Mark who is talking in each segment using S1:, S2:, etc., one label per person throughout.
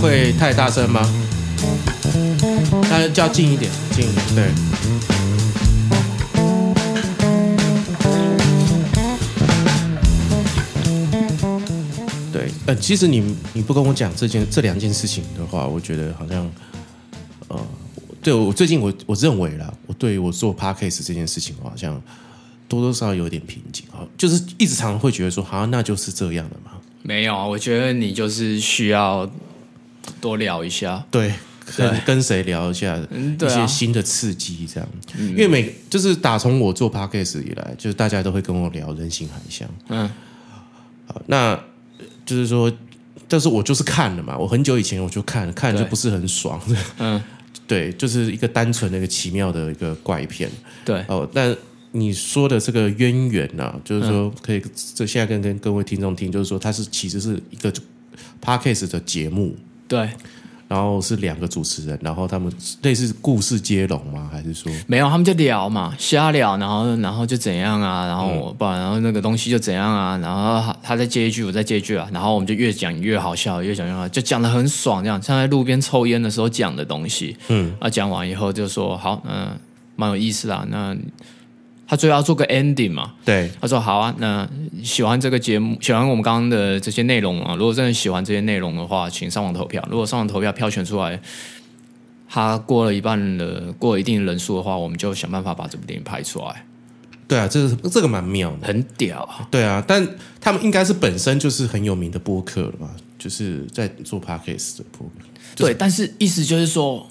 S1: 会太大声吗？但是就要近一点，近一点，对。对，呃，其实你你不跟我讲这件这两件事情的话，我觉得好像，呃，对我最近我我认为啦，我对于我做 podcast 这件事情，我好像多多少少有点瓶颈啊，就是一直常常会觉得说，好、像那就是这样的嘛，
S2: 没有啊，我觉得你就是需要多聊一下。
S1: 对，跟
S2: 对
S1: 跟谁聊一下
S2: 嗯
S1: 一
S2: 对啊
S1: 些
S2: 嗯
S1: 新的刺激，这样。因为每就是打从我做 podcast 以来，就是大家都会跟我聊人形海象。
S2: 嗯，
S1: 好，那呃就是说，但是我就是看了嘛，我很久以前我就看了，看了就
S2: 对
S1: 不是很爽。
S2: 嗯，
S1: 对，就是一个单纯的一个奇妙的一个怪片。
S2: 对，啊
S1: 哦，但你说的这个渊源啊，就是
S2: 嗯
S1: 说可以这现在跟跟各位听众听，就是说它是其实是一个 podcast 的节目。
S2: 对，
S1: 然后是两个主持人，然后他们类似故事接龙吗？还是说
S2: 没有，他们就聊嘛，瞎聊，然后然后就怎样啊，然后我不然，然后那个东西就怎样啊，然后他他再接一句，我再接一句啊，然后我们就越讲越好笑，越讲越好笑，就讲的很爽，这样像在路边抽烟的时候讲的东西，嗯，啊，讲完以后就说好，嗯、蛮有意思啦，那他最后要做个 ending 嘛，
S1: 对
S2: 他说：“好啊，那喜欢这个节目，喜欢我们刚刚的这些内容啊。如果真的喜欢这些内容的话，请上网投票。如果上网投票票选出来，他过了一半的过了一定人数的话，我们就想办法把这部电影拍出来。
S1: 对啊，这个这个蛮妙的，
S2: 很屌啊！
S1: 对啊，但他们应该是本身就是很有名的播客了吧？就是在做 podcast 的播客，就是
S2: 对，但是意思就是说，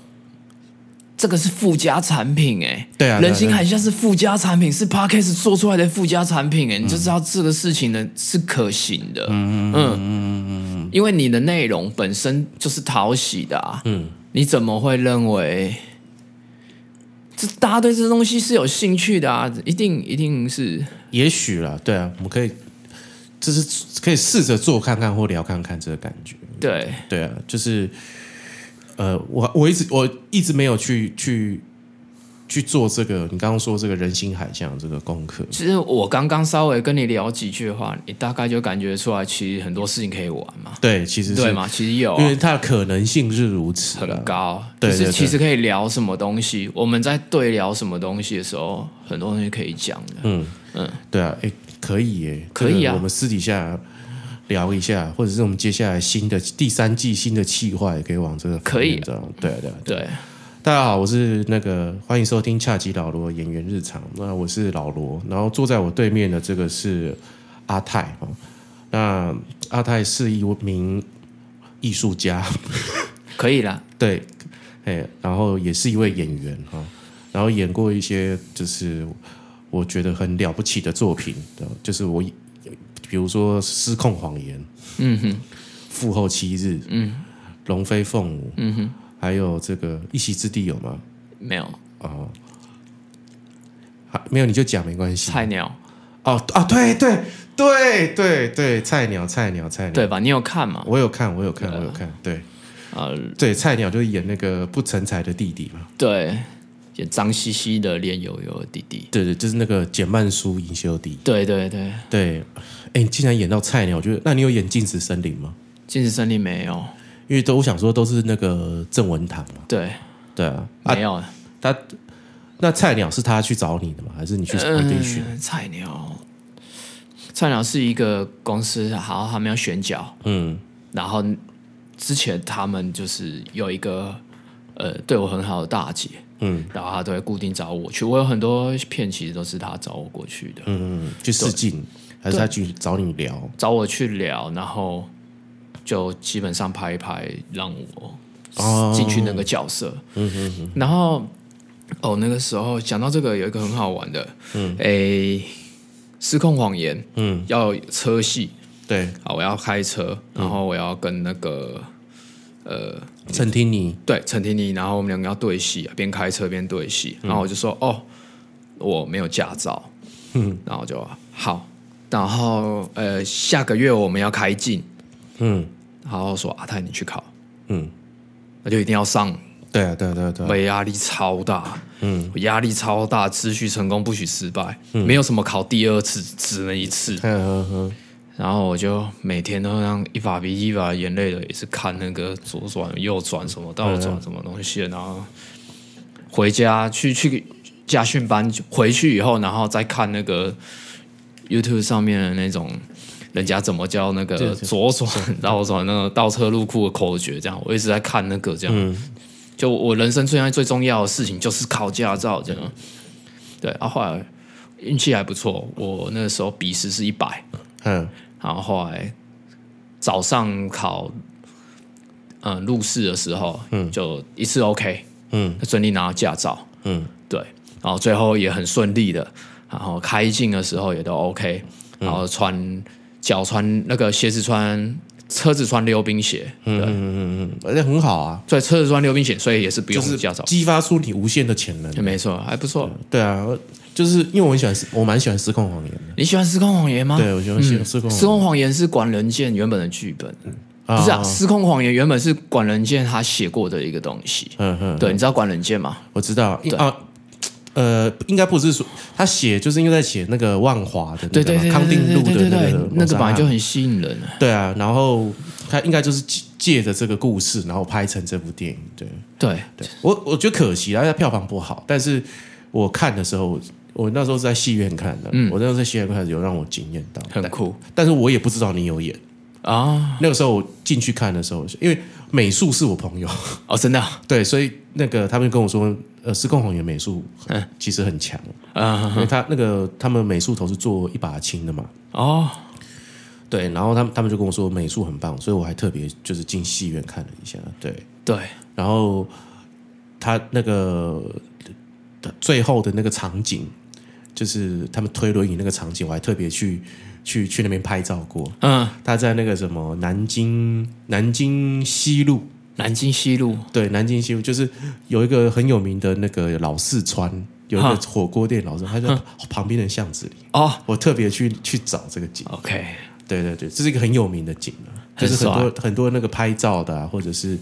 S2: 这个是附加产品哎、
S1: 对啊，
S2: 人形海
S1: 对啊
S2: 象是附加产品，是 Podcast 做出来的附加产品，哎，你就知道这个事情呢是可行的，嗯因为你的内容本身就是讨喜的啊，嗯，你怎么会认为这大家对这东西是有兴趣的啊？一定一定是
S1: 也许啦，对啊，我们可以就是可以试着做看看或聊看看这个感觉，
S2: 对，
S1: 对啊，就是呃，我我一直我一直没有去去去做这个你刚刚说这个人形海象这个功课，
S2: 其实我刚刚稍微跟你聊几句话，你大概就感觉出来，其实很多事情可以玩嘛，
S1: 对，其实是
S2: 对嘛？其实有、啊，
S1: 因为它的可能性是如此啊啦
S2: 很高，
S1: 对
S2: 就
S1: 对对
S2: 是其实可以聊什么东西。我们在对聊什么东西的时候，很多东西可以讲的。
S1: 嗯嗯，对啊，哎，可以耶，
S2: 可以啊
S1: 这个我们私底下聊一下，或者是我们接下来新的第三季新的企划也可以往这个
S2: 可以啊
S1: 这样，对啊对啊对啊。
S2: 对，
S1: 大家好，我是那个欢迎收听恰吉老罗演员日常，那我是老罗，然后坐在我对面的这个是阿泰哦，那阿泰是一名艺术家。
S2: 可以啦。
S1: 对，哎，然后也是一位演员哈、然后演过一些就是我觉得很了不起的作品，呃就是我比如说《失控谎言》，
S2: 嗯哼，
S1: 父后七日，嗯，龙飞凤舞，嗯哼，还有这个一席之地有吗？
S2: 没有
S1: 哦，好，啊没有你就讲没关系。
S2: 菜鸟，
S1: 哦啊，对对对对对，菜鸟菜鸟菜鸟，
S2: 对吧？你有看吗？
S1: 我有看我有看我有看，对呃
S2: 啊、
S1: 对，菜鸟就是演那个不成才的弟弟嘛。
S2: 对，也脏兮兮的练悠悠的弟弟。
S1: 对对，就是那个简曼书尹修迪。
S2: 对对对，
S1: 对，哎，你竟然演到菜鸟，我觉得那你有演《禁止森林》吗？
S2: 精神胜利没有，
S1: 因为都我想说都是那个郑文堂嘛。
S2: 对，
S1: 对啊，啊，
S2: 没有。
S1: 那菜鸟是他去找你的吗？还是你去 audition？、
S2: 嗯，菜鸟，菜鸟是一个公司，好，他们要选角，
S1: 嗯，
S2: 然后之前他们就是有一个呃对我很好的大姐，
S1: 嗯，
S2: 然后她都会固定找我去。我有很多片其实都是她找我过去的，
S1: 嗯嗯，去试镜，还是他去找你聊？
S2: 找我去聊，然后就基本上拍一拍，让我
S1: 哦
S2: 进去那个角色。嗯嗯嗯。然后哦，那个时候讲到这个，有一个很好玩的，嗯，诶，失控谎言，
S1: 嗯，
S2: 要有车戏
S1: 对，
S2: 啊，我要开车，然后我要跟那个。呃，
S1: 陈听你，
S2: 对，陈婷妮，然后我们两个要对戏啊，边开车边对戏，
S1: 嗯
S2: 然后我就说、哦，我没有驾照，嗯，然后就好，然后呃，下个月我们要开镜，
S1: 嗯
S2: 然后说阿泰你去考，
S1: 嗯，
S2: 那就一定要上，
S1: 对啊对啊对啊对啊，
S2: 我压力超大，
S1: 嗯，
S2: 我压力超大，只许成功不许失败，没有什么考第二次，只能一次，
S1: 嗯嗯嗯，
S2: 然后我就每天都让一把鼻涕一把眼泪的，也是看那个左转右转什么倒转什么东西，然后回家去去家训班回去以后，然后再看那个 YouTube 上面的那种人家怎么教那
S1: 对对
S2: 个左转倒转那个倒车入库的口诀，这样我一直在看那个这样。
S1: 嗯
S2: 就我人生最最重要的事情就是考驾照这样。对，啊，后来运气还不错，我那时候笔试是一百，
S1: 嗯，
S2: 然后后来早上考，嗯，入试的时候，嗯，就一次 OK，
S1: 嗯，
S2: 顺利拿到驾照，
S1: 嗯，
S2: 对，然后最后也很顺利的，然后开镜的时候也都 OK，然
S1: 嗯
S2: 后穿脚穿那个鞋子穿。车子穿溜冰鞋，
S1: 嗯
S2: 对，
S1: 而且很好啊，
S2: 所以车子穿溜冰鞋，所以也是不
S1: 就
S2: 用
S1: 是
S2: 驾照，
S1: 激发出你无限的潜能。
S2: 没错，还不错。
S1: 对啊，就是因为我很喜欢，我蛮喜欢失控谎言的。
S2: 你喜欢《失控谎言》吗？
S1: 对，我喜欢失啊嗯失控
S2: 失控谎言》是管仁健原本的剧本，
S1: 啊
S2: 不是啊，《失控谎言》原本是管仁健他写过的一个东西。
S1: 嗯嗯，
S2: 对，你知道管仁健吗？
S1: 我知道啊。呃，应该不是说他写，就是因为在写那个万华的那
S2: 对
S1: 个
S2: 对
S1: 嘛
S2: 对，
S1: 康定路
S2: 对
S1: 的
S2: 对对对
S1: 个谋
S2: 那个
S1: 杀
S2: 本来
S1: 案
S2: 就很吸引人啊。
S1: 对啊，然后他应该就是借借着这个故事，然后拍成这部电影。对
S2: 对，
S1: 我，我觉得可惜啊，它票房不好。但是我看的时候，我那时候是在戏院看的，我那时候在戏院看有让我惊艳到，
S2: 嗯很
S1: 但
S2: 酷
S1: 但是我也不知道你有演。
S2: 啊！
S1: 那个时候我进去看的时候，因为美术是我朋友，
S2: 哦，真的啊
S1: 对，所以那个他们就跟我说，呃，失控谎言美术
S2: 嗯
S1: 其实很强，
S2: 啊
S1: 因为他那个他们美术头是做一把青的嘛，
S2: 哦，
S1: 对，然后他们他们就跟我说美术很棒，所以我还特别就是进戏院看了一下，对，
S2: 对，
S1: 然后他那个最后的那个场景，就是他们推轮椅那个场景，我还特别去去去那边拍照过。
S2: 嗯，
S1: 他在那个什么南京南京西路，
S2: 南京西路
S1: 对，南京西路就是有一个很有名的那个老四川，有一个
S2: 哈
S1: 火锅店老四川，他在旁边的巷子里。
S2: 哦
S1: 我特别去去找这个景，
S2: ，OK，
S1: 对对对，这是一个很有名的景啊，就
S2: 很
S1: 是很
S2: 爽
S1: 多很多那个拍照的、啊，或者是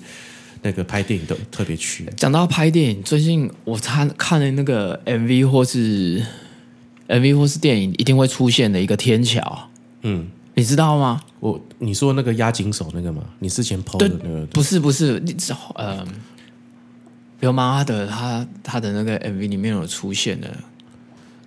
S1: 那个拍电影都特别去。
S2: 讲到拍电影，最近我看看了那个 MV 或是 MV 或是电影一定会出现的一个天桥，
S1: 嗯，
S2: 你知道吗？
S1: 我你说那个压紧手那个吗？你之前抛的那个，
S2: 不是不是，你知道呃，流氓阿德他他的那个 MV 里面有出现的，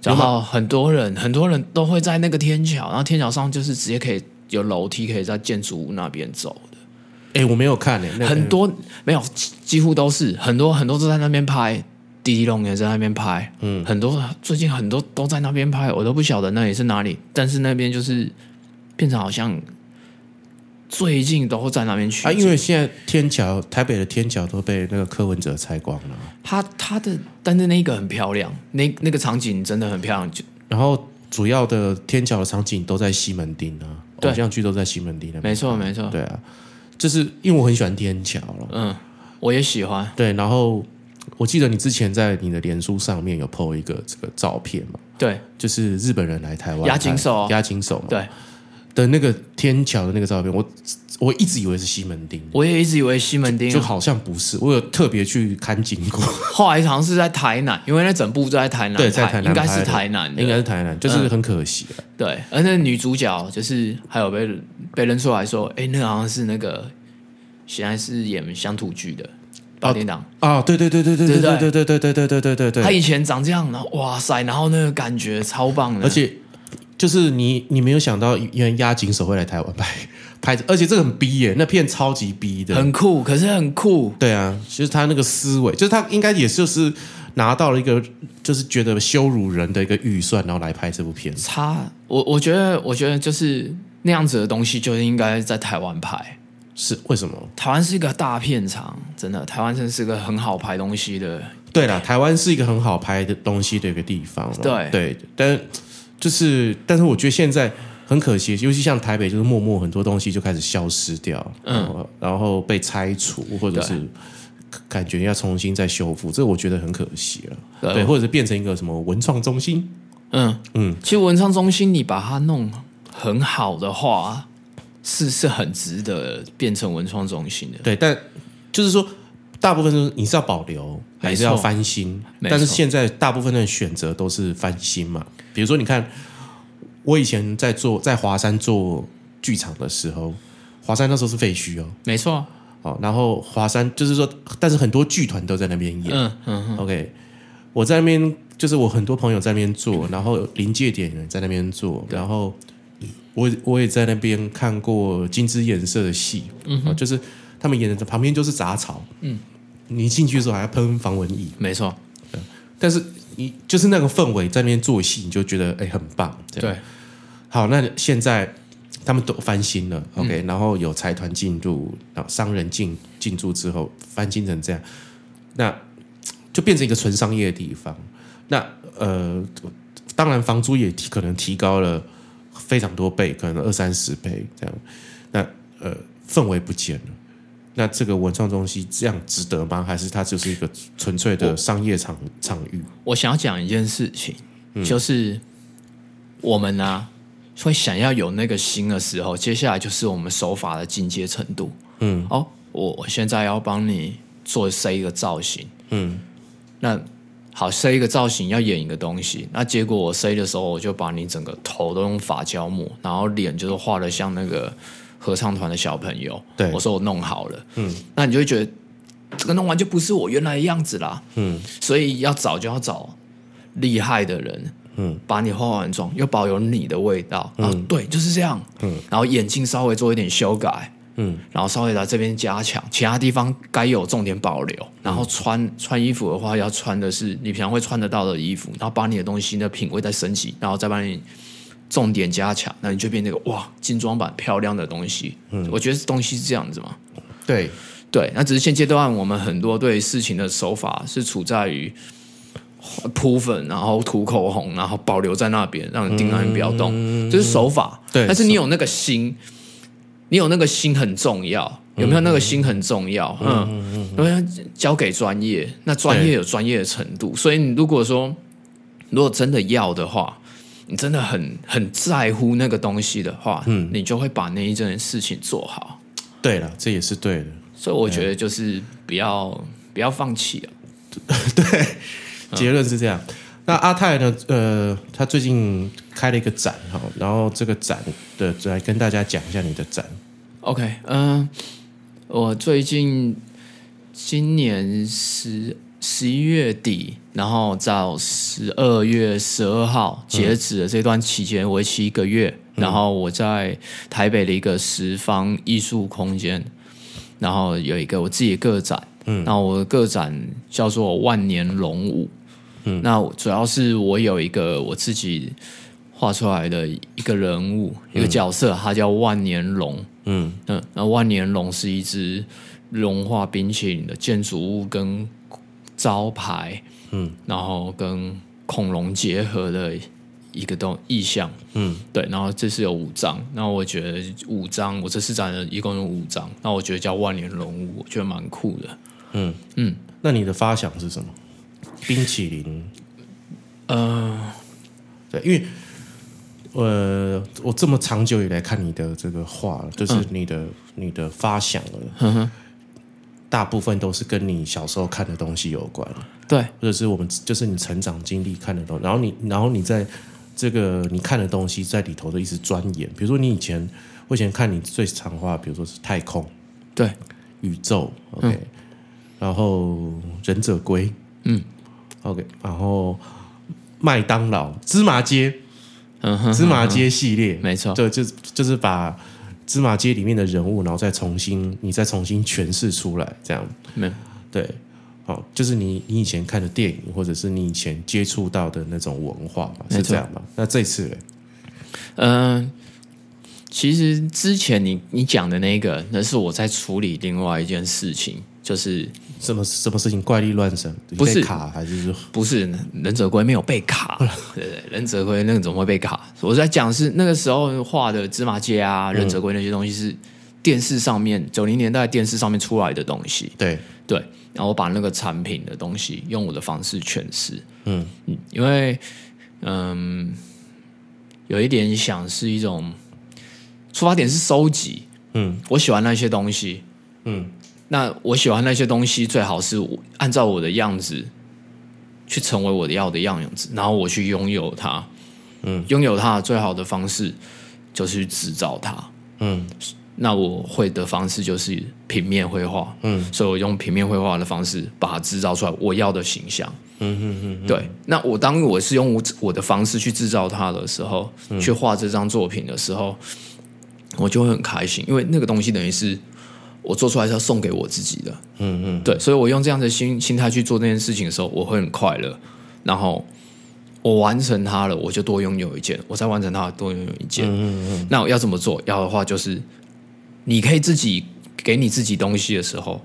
S2: 然后很多人很多人都会在那个天桥，然后天桥上就是直接可以有楼梯，可以在建筑物那边走的，
S1: 哎、我没有看诶、那个
S2: 很多没有几几乎都是很多很多都在那边拍。迪迪龙也在那边拍，嗯，很多最近很多都在那边拍，我都不晓得那里是哪里，但是那边就是变成好像最近都会在那边去
S1: 啊，因为现在天桥台北的天桥都被那个柯文哲拆光了，啊
S2: 它它的，但是那个很漂亮，那那个场景真的很漂亮。就
S1: 然后主要的天桥的场景都在西门町啊，
S2: 对
S1: 偶像剧都在西门町那边。
S2: 没错没错，
S1: 对啊，就是因为我很喜欢天桥了。
S2: 嗯，我也喜欢。
S1: 对，然后我记得你之前在你的脸书上面有 PO 一个这个照片嘛，
S2: 对
S1: 就是日本人来台湾
S2: 押井守
S1: 拍压紧手嘛
S2: 对，
S1: 的那个天桥的那个照片，我我一直以为是西门町。
S2: 我也一直以为西门町
S1: 就，好像不是，我有特别去看经过，
S2: 后来好像是在台南，因为那整部都在台南拍，
S1: 对，在台南
S2: 应该是
S1: 拍的
S2: 台南的，
S1: 应该是台南，就是很可惜、啊
S2: 对。而那女主角就是还有被被认出来说，哎，那个好像是那个现在是演乡土剧的八点档，
S1: 啊！对对对对对对
S2: 对
S1: 对对对对对对对对对
S2: 她
S1: 对，
S2: 以前长这样，然后哇塞，然后那个感觉超棒的，
S1: 而且就是你你没有想到，原来押井守会来台湾拍拍，而且这个很逼耶、那片超级逼的，
S2: 很酷，可是很酷，
S1: 对啊，就是他那个思维，就是他应该也就是拿到了一个就是觉得羞辱人的一个预算，然后来拍这部片。
S2: 差，我我觉得，我觉得就是那样子的东西就应该在台湾拍。
S1: 是为什么？
S2: 台湾是一个大片场，真的，台湾真是个很好拍东西的。
S1: 对啦，台湾是一个很好拍的东西的一个地方哦。
S2: 对
S1: 对，但就是，但是我觉得现在很可惜，尤其像台北，就是默默很多东西就开始消失掉，嗯，然后被拆除，或者是感觉要重新再修复，这我觉得很可惜了。
S2: 对
S1: 对，或者是变成一个什么文创中心，
S2: 呃嗯
S1: 嗯
S2: 嗯，其实文创中心你把它弄很好的话，是是很值得变成文创中心的。
S1: 对，但就是说，大部分都是你是要保留还是要
S2: 没错
S1: 翻新？
S2: 没错
S1: 但是现在大部分的选择都是翻新嘛。比如说，你看我以前在做在华山做剧场的时候，华山那时候是废墟哦，
S2: 没错，
S1: 好，然后华山就是说，但是很多剧团都在那边演。
S2: 嗯嗯
S1: OK，我在那边就是我很多朋友在那边做，然后临界点也在那边做，然后我我也在那边看过金枝颜色的戏，嗯、就是他们演的旁边就是杂草，嗯，你进去的时候还要喷防蚊液，
S2: 没错，
S1: 但是你就是那个氛围在那边做戏，你就觉得哎、很棒，这样
S2: 对，
S1: 好，那现在他们都翻新了，OK，、然后有财团进入，然后商人进进驻之后，翻新成这样，那呃就变成一个纯商业的地方。那呃，当然房租也提可能提高了非常多倍，可能二三十倍这样。那呃，氛围不见了。那这个文创中心这样值得吗？还是它就是一个纯粹的商业场场域？
S2: 我想要讲一件事情，就是我们呢、会想要有那个心的时候，接下来就是我们手法的进阶程度。嗯，哦，我我现在要帮你做塞一个造型，
S1: 嗯，
S2: 那好塞一个造型要演一个东西，那结果我塞的时候，我就把你整个头都用发胶抹，然后脸就是画的像那个合唱团的小朋友。
S1: 对
S2: 我说我弄好了，嗯，那你就会觉得这个弄完就不是我原来的样子啦，
S1: 嗯，
S2: 所以要找就要找厉害的人，
S1: 嗯，
S2: 把你化完妆又保有你的味道，然后对，就是这样，嗯，然后眼睛稍微做一点修改，
S1: 嗯，
S2: 然后稍微来这边加强，其他地方该有重点保留，然后穿、穿衣服的话要穿的是你平常会穿得到的衣服，然后把你的东西的品味再升级，然后再把你。重点加强，那你就变那个哇精装版漂亮的东西。嗯，我觉得东西是这样子嘛。
S1: 对，
S2: 对，那只是现阶段我们很多对事情的手法是处在于铺粉，然后涂口红，然后保留在那边，让你盯那边不要动，这是嗯手法。
S1: 对
S2: 但是你有那个心，你有那个心很重要。有没有那个心很重要，嗯，因为交给专业，那专业有专业的程度，所以你如果说如果真的要的话，你真的很很在乎那个东西的话，嗯，你就会把那一件事情做好，
S1: 对了，这也是对的。
S2: 所以我觉得就是不要不要放弃啊。
S1: 结论是这样。那阿泰呢？呃，他最近开了一个展哈，然后这个展的来跟大家讲一下你的展。
S2: OK，嗯、我最近今年十十一月底，然后到十二月十二号截止的这段期间，为期一个月。然后我在台北的一个十方艺术空间，然后有一个我自己的个展，嗯，那我的个展叫做《万年龙舞》，嗯，那主要是我有一个我自己画出来的一个人物，一个角色，它叫万年龙，
S1: 嗯
S2: 嗯，那万年龙是一只融化冰淇淋的建筑物跟招牌，
S1: 嗯，
S2: 然后跟恐龙结合的一个东意象，
S1: 嗯，
S2: 对，然后这是有五张，那我觉得五张，我这次展了一共有五张，那我觉得叫万年龙屋，我觉得蛮酷的。
S1: 嗯
S2: 嗯，
S1: 那你的发想是什么？冰淇淋？
S2: 呃，
S1: 对，因为呃，我这么长久以来看你的这个画，就是你的、你的发想了，大部分都是跟你小时候看的东西有关。
S2: 对，
S1: 或者是我们就是你成长经历看的东西，然后你然后你在这个你看的东西在里头的一直钻研，比如说你以前我以前看你最常画，比如说是太空、
S2: 对，
S1: 宇宙，OK，、然后忍者龟，
S2: 嗯
S1: ，OK，然后麦当劳、芝麻街、
S2: 嗯哼，
S1: 芝麻街系列，
S2: 没错，
S1: 对，就是就是把芝麻街里面的人物，然后再重新你再重新诠释出来，这样。
S2: 没
S1: 对，好，就是你你以前看的电影，或者是你以前接触到的那种文化嘛，
S2: 没错
S1: 是这样吗？那这次嘞，
S2: 嗯、其实之前你你讲的那个，那是我在处理另外一件事情，就是
S1: 什么什么事情怪力乱神，
S2: 不是
S1: 被卡还是说
S2: 不是忍者龟没有被卡，对对，忍者龟那个怎么会被卡？我在讲是那个时候画的芝麻街啊，忍者龟那些东西是电视上面九零年代电视上面出来的东西，
S1: 对，
S2: 对，然后我把那个产品的东西用我的方式诠释，
S1: 嗯
S2: 嗯，因为嗯，有一点想是一种出发点是收集，
S1: 嗯
S2: 我喜欢那些东西，
S1: 嗯
S2: 那我喜欢那些东西，最好是我按照我的样子去成为我的要的样子，然后我去拥有它。
S1: 嗯，
S2: 拥有它的最好的方式就是去制造它。
S1: 嗯，
S2: 那我会的方式就是平面绘画，
S1: 嗯，
S2: 所以我用平面绘画的方式把它制造出来我要的形象。
S1: 嗯嗯嗯，
S2: 对，那我当我是用我我的方式去制造它的时候，
S1: 嗯
S2: 去画这张作品的时候，我就会很开心，因为那个东西等于是我做出来是要送给我自己的。
S1: 嗯嗯，
S2: 对，所以我用这样的心心态去做这件事情的时候，我会很快乐。然后我完成它了，我就多拥有一件；我再完成它，多拥有一件。嗯嗯那我要怎么做？要的话就是，你可以自己给你自己东西的时候，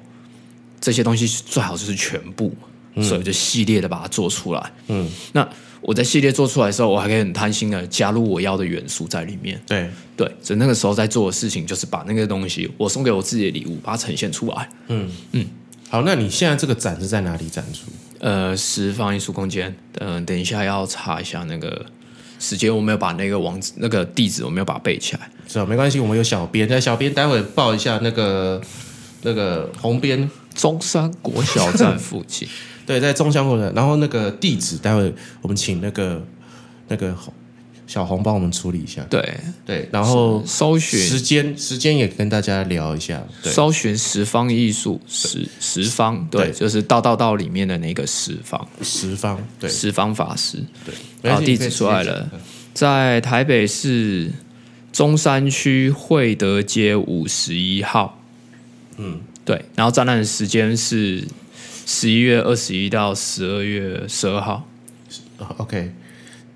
S2: 这些东西最好就是全部，所以我就系列的把它做出来。
S1: 嗯，
S2: 那我在系列做出来的时候，我还可以很贪心的加入我要的元素在里面。
S1: 对，
S2: 对，所以那个时候在做的事情就是把那个东西，我送给我自己的礼物，把它呈现出来。
S1: 好，那你现在这个展是在哪里展出？
S2: 呃，十方艺术空间，嗯、等一下要查一下那个时间，我没有把那个网址、那个地址，我没有把它背起来。
S1: 是啊，没关系，我们有小编，那小编待会报一下那个那个红边，
S2: 中山国小站附近，
S1: 对，在中香国的，然后那个地址待会我们请那个那个红小红帮我们处理一下，
S2: 对，
S1: 对，然后
S2: 搜
S1: 时
S2: 寻
S1: 间时间也跟大家聊一下，对，
S2: 搜寻十方艺术，十十方，对，
S1: 对
S2: 就是道道道里面的那个十方，
S1: 十方，对
S2: 十方法师，
S1: 对，没
S2: 然
S1: 关
S2: 后
S1: 系
S2: 地址哦出来，
S1: 你
S2: 了
S1: 可以直接讲，
S2: 在台北市中山区惠德街五十一号。嗯，对。然后展览时间是十一月二十一到十二月十二号。
S1: 嗯哦 OK，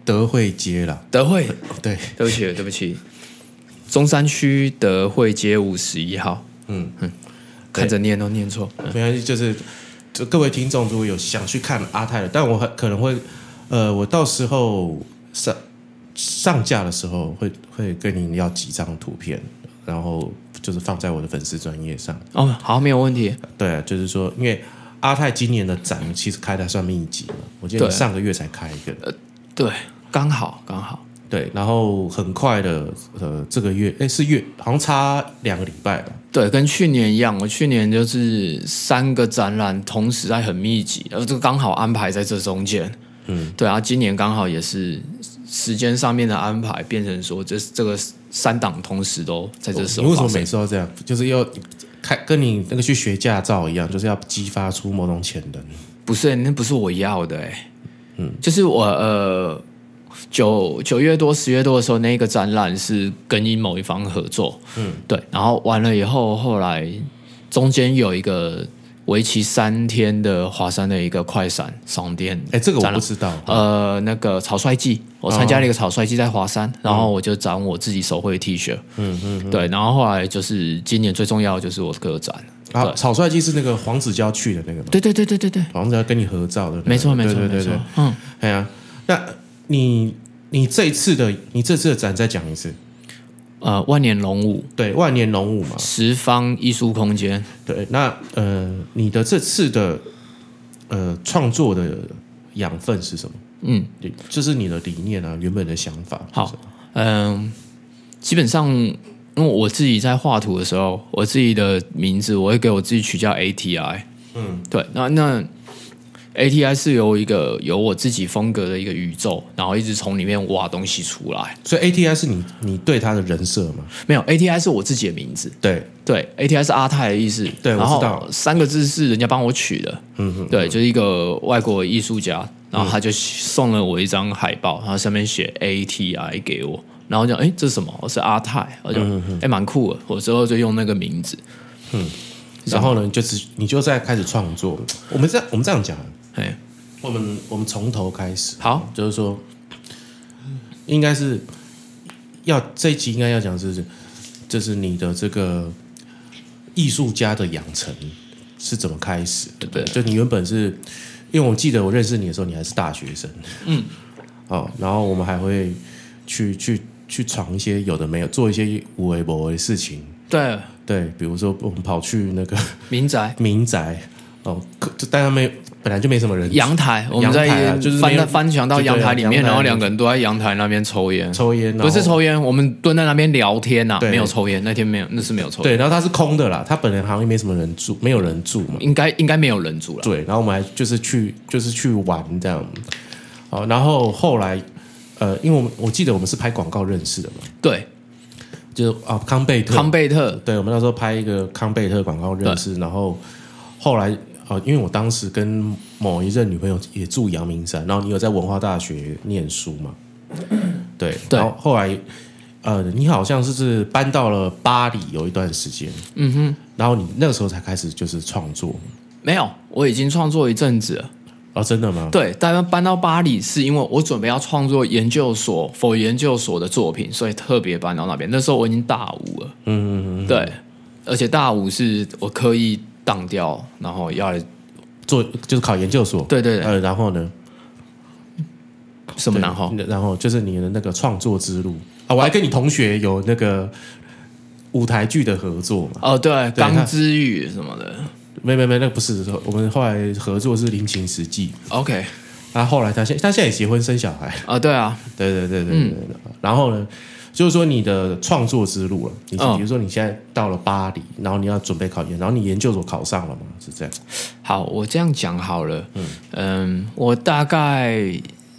S1: 德惠街啦，
S2: 德惠，
S1: 对，
S2: 对不起，对不起，中山区德惠街五十一号。
S1: 嗯
S2: 嗯，看着念都哦念错。
S1: 没关系，就是就各位听众如果有想去看阿泰的，但我很可能会，呃，我到时候上上架的时候会会跟您要几张图片，然后就是放在我的粉丝专业上。
S2: 哦，好，没有问题。
S1: 对、啊，就是说，因为阿泰今年的展其实开的还算密集嘛，我记得你
S2: 对啊
S1: 上个月才开一个，
S2: 对，刚好，刚好。
S1: 对，然后很快的，呃，这个月哎是月，好像差两个礼拜吧，
S2: 对，跟去年一样，我去年就是三个展览同时在很密集，然后这个刚好安排在这中间。嗯，对啊，今年刚好也是时间上面的安排，变成说这这个三档同时都在这时
S1: 哦你
S2: 候
S1: 为什
S2: 发
S1: 么
S2: 生。
S1: 每次都这样？就是要开跟你那个去学驾照一样，就是要激发出某种潜能。
S2: 不是、那不是我要的、欸，嗯，就是我呃九九月多十月多的时候，那个展览是跟一某一方合作，嗯，对，然后完了以后，后来中间有一个为期三天的华山的一个快闪商店，
S1: 哎，这个我
S2: 展
S1: 不
S2: 览
S1: 知道。
S2: 呃，那个草率季，我参加了一个草率季在华山，然后我就展我自己手绘的 T 恤，嗯嗯，对，然后后来就是今年最重要的就是我个展，
S1: 啊，草率季是那个黄子佼去的那个吗？
S2: 对对对对对对，
S1: 黄子佼跟你合照的那个，
S2: 没错没错
S1: 对
S2: 没
S1: 对对
S2: 错
S1: 对，，
S2: 嗯。
S1: 哎呀，那你你这一次的你这次的展再讲一次，
S2: 呃，万年龙舞
S1: 对，万年龙舞嘛，
S2: 十方艺术空间，
S1: 对，那呃，你的这次的呃创作的养分是什么？
S2: 嗯
S1: 你就是你的理念啊，原本的想法。
S2: 好嗯、基本上因为我自己在画图的时候，我自己的名字我会给我自己取叫 ATI，嗯，对，那那 ATI 是由一个有我自己风格的一个宇宙，然后一直从里面挖东西出来，
S1: 所以 ATI 是你你对他的人设嘛？
S2: 没有 ATI 是我自己的名字，
S1: 对，
S2: 对，ATI 是阿泰的意思，
S1: 对我
S2: 然
S1: 知
S2: 后
S1: 道
S2: 三个字是人家帮我取的，
S1: 嗯嗯，
S2: 对，就是一个外国艺术家，然后他就送了我一张海报，然后上面写 ATI 给我，然后我讲，哎，这是什么？我是阿泰，我就，
S1: 嗯
S2: 哎，蛮酷的，我之后就用那个名字，
S1: 然后呢，你就只你就在开始创作。我们这样我们这样讲，啊
S2: 哎，
S1: 我们我们从头开始，
S2: 好，
S1: 就是说，应该是要这一集应该要讲就是就是你的这个艺术家的养成是怎么开始，对不对？就你原本是因为我记得我认识你的时候，你还是大学生，嗯，哦，然后我们还会去去去闯一些有的没有，做一些无为不为的事情。
S2: 对，
S1: 对，比如说我们跑去那个
S2: 民宅
S1: 民宅哦，可就但他们本来就没什么人，
S2: 阳台，我们在
S1: 阳台啊就是没
S2: 翻
S1: 有
S2: 到翻墙到
S1: 对对
S2: 阳台里面，
S1: 阳台
S2: 然后两个人都在阳台那边抽烟，
S1: 抽烟
S2: 不是
S1: 然后
S2: 抽烟，我们蹲在那边聊天呐，
S1: 对
S2: 没有抽烟，那天没有，那是没有抽烟，
S1: 对，然后它是空的啦，它本来好像也没什么人住，没有人住嘛。
S2: 应该应该没有人住了，
S1: 对，然后我们还就是去就是去玩这样，哦好，然后后来呃，因为我们我记得我们是拍广告认识的嘛，
S2: 对，
S1: 就啊康贝特，
S2: 康贝特，
S1: 对我们那时候拍一个康贝特广告认识，然后后来啊，因为我当时跟某一任女朋友也住阳明山，然后你有在文化大学念书嘛？对，
S2: 对
S1: 然后后来呃，你好像是是搬到了巴黎有一段时间，嗯哼，然后你那个时候才开始就是创作
S2: 没有，我已经创作一阵子了。
S1: 啊，真的吗？
S2: 对，但搬到巴黎是因为我准备要创作研究所否研究所的作品，所以特别搬到那边。那时候我已经大五了，
S1: 嗯嗯嗯，
S2: 对，而且大五是我刻意当掉，然后要来
S1: 做就是考研究所，
S2: 对对对，
S1: 呃，然后呢？
S2: 什么然哦后
S1: 对然后就是你的那个创作之路啊，我还跟你同学有那个舞台剧的合作嘛。
S2: 哦，对，
S1: 对他
S2: 钢之玉什么的
S1: 没没没，那个不是，我们后来合作是《林情实记
S2: ，OK，》，
S1: 啊，后来他现他现在也结婚生小孩，
S2: 啊，对啊，
S1: 对对对对对对。
S2: 嗯
S1: 然后呢，就是说你的创作之路了，你
S2: 嗯
S1: 比如说你现在到了巴黎，然后你要准备考研，然后你研究所考上了嘛，是这样。
S2: 好，我这样讲好了。嗯我大概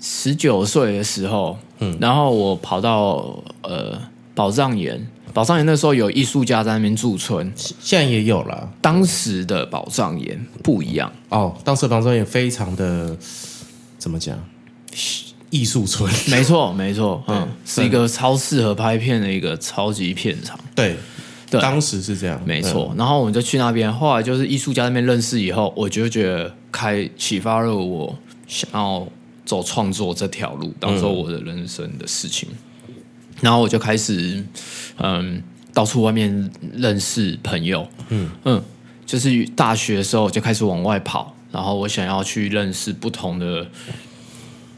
S2: 十九岁的时候，嗯，然后我跑到呃宝藏岩，宝藏岩那时候有艺术家在那边驻村，
S1: 现在也有了
S2: 当时的宝藏岩不一 样，
S1: 哦，当时房中也非常的怎么讲，艺术 村，
S2: 没错，没错，嗯，是一个超适合拍片的一个超级片场。
S1: 对，
S2: 对
S1: 当时是这样，
S2: 没错，然后我们就去那边。后来就是艺术家那边认识以后，我就觉得开启发了我想要走创作这条路，当做我的人生的事情。然后我就开始嗯到处外面认识朋友，嗯嗯，就是大学的时候就开始往外跑，然后我想要去认识不同的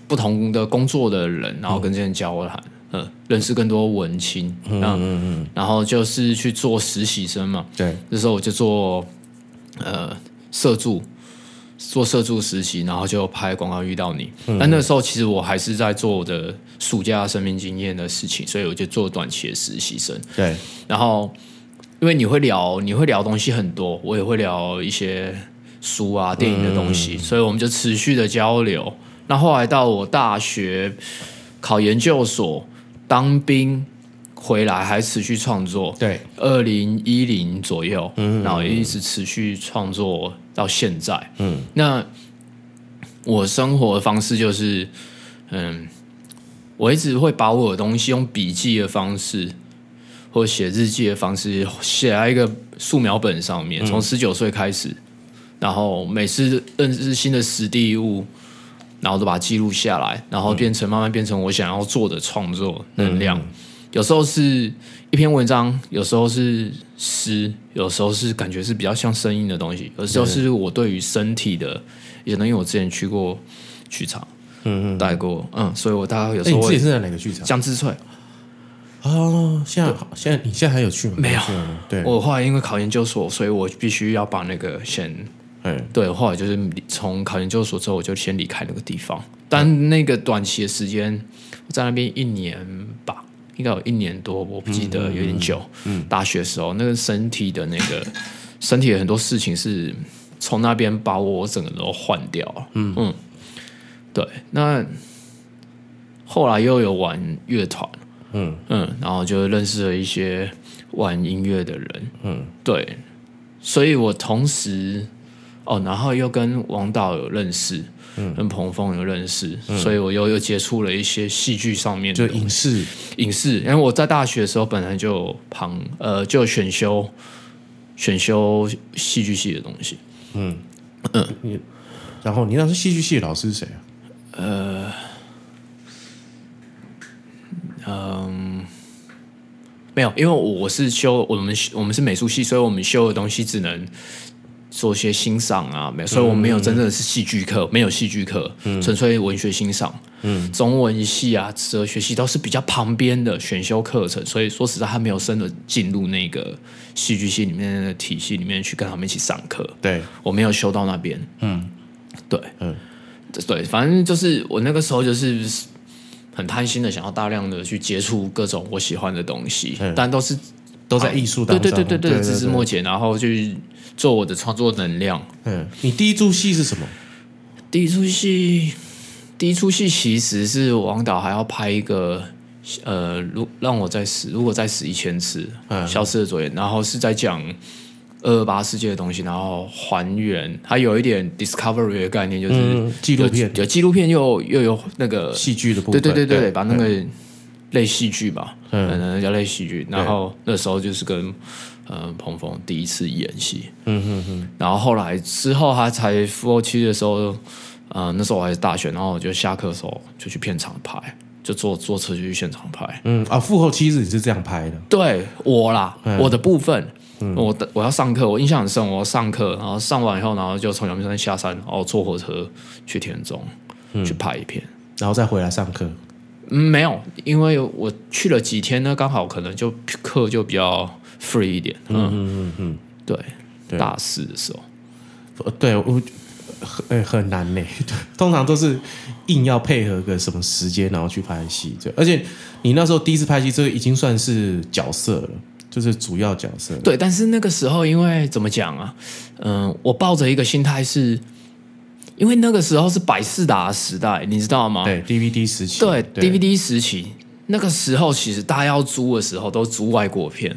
S2: 不同的工作的人，然后跟这些人交谈，嗯，认识更多文青，嗯嗯嗯，然后就是去做实习生嘛，
S1: 对，
S2: 那时候我就做呃社助，做社助实习，然后就拍广告遇到你。但那时候其实我还是在做我的暑假生命经验的事情，所以我就做短期的实习生。
S1: 对，
S2: 然后因为你会聊，你会聊东西很多，我也会聊一些书啊、电影的东西，所以我们就持续的交流。那后来到我大学考研究所、当兵回来，还持续创作。
S1: 对，
S2: 二零一零左右，然后一直持续创作到现在。嗯，那我生活的方式就是，嗯，我一直会把我的东西用笔记的方式，或写日记的方式写在一个素描本上面。从十九岁开始，然后每次认识新的实地物。然后都把它记录下来，然后变成、慢慢变成我想要做的创作能量。有时候是一篇文章，有时候是诗，有时候是感觉是比较像声音的东西，有时候是我对于身体的一些东西。因为我之前去过剧场，嗯嗯，带过，嗯，所以我大概有
S1: 哎，
S2: 时候
S1: 你自己
S2: 会
S1: 是在哪个剧场？
S2: 江之翠，
S1: 哦，现在现在你现在还有去吗？
S2: 没有
S1: 去吗对，
S2: 我后来因为考研究所，所以我必须要把那个先
S1: 哎，
S2: 对，后来就是离从考研究所之后，我就先离开那个地方。但那个短期的时间，我在那边一年吧，应该有一年多，我不记得，有点久。嗯，大学的时候，那个身体的那个身体的很多事情是从那边把我整个都换掉了。嗯嗯，对。那后来又有玩乐团，
S1: 嗯
S2: 嗯，然后就认识了一些玩音乐的人。嗯，对。所以我同时哦，然后又跟王导有认识，跟彭峰有认识，所以我又又接触了一些戏剧上面
S1: 就
S2: 的
S1: 影视
S2: 影视。因为我在大学的时候本来就有旁呃就有选修选修戏剧系的东西，
S1: 你，然后你那时候戏剧系的老师是谁啊？
S2: 没有，因为我是修我们我们是美术系，所以我们修的东西只能做些欣赏啊，没有，所以我没有真正的是戏剧课，没有戏剧课，纯粹文学欣赏。嗯，中文系啊、哲学系都是比较旁边的选修课程，所以说实在他没有深的进入那个戏剧系里面的体系里面去跟他们一起上课。
S1: 对，
S2: 我没有修到那边。嗯，对，
S1: 嗯
S2: 嗯，对，反正就是我那个时候就是很贪心的，想要大量的去接触各种我喜欢的东西，但都是
S1: 都在艺术当
S2: 对
S1: 中，
S2: 哦对对对
S1: 对
S2: 对，枝枝末节，然后去做我的创作能量。
S1: 嗯，你第一出戏是什么？
S2: 第一出戏，第一出戏其实是王导还要拍一个呃，如让我再死，如果再死一千次，
S1: 嗯
S2: 消失的左眼，然后是在讲二二八世界的东西，然后还原，它有一点 discovery 的概念，就是
S1: 嗯纪录片
S2: 有有纪录片又又有那个
S1: 戏剧的部
S2: 对
S1: 分，
S2: 对对对，
S1: 对，
S2: 把那个类戏剧吧，
S1: 嗯
S2: 可能叫类戏剧。然后那时候就是跟呃彭峰第一次演戏，嗯哼哼。然后后来之后他才复后期的时候，呃那时候我还是大学，然后我就下课的时候就去片场拍，就坐坐车就去现场拍。
S1: 嗯啊，复后妻子你是这样拍的，
S2: 对我啦，
S1: 嗯
S2: 我的部分。我的我要上课，我印象很深。我要上课，然后上完以后，然后就从阳明山下山，然后坐火车去田中、
S1: 嗯
S2: 去拍一片。
S1: 然后再回来上课，
S2: 嗯，没有，因为我去了几天呢，刚好可能就课就比较 free 一点。嗯嗯嗯嗯，对，
S1: 对
S2: 大四的时候，
S1: 呃对我。很呃很难呢， 通常都是硬要配合个什么时间，然后去拍戏。对，而且你那时候第一次拍戏，这个已经算是角色了，就是主要角色了。
S2: 对，但是那个时候因为怎么讲啊，嗯，我抱着一个心态是，因为那个时候是百事达的时代，你知道吗？
S1: 啊对，DVD 时期，
S2: 对 DVD 时期，那个时候其实大家要租的时候都租外国片，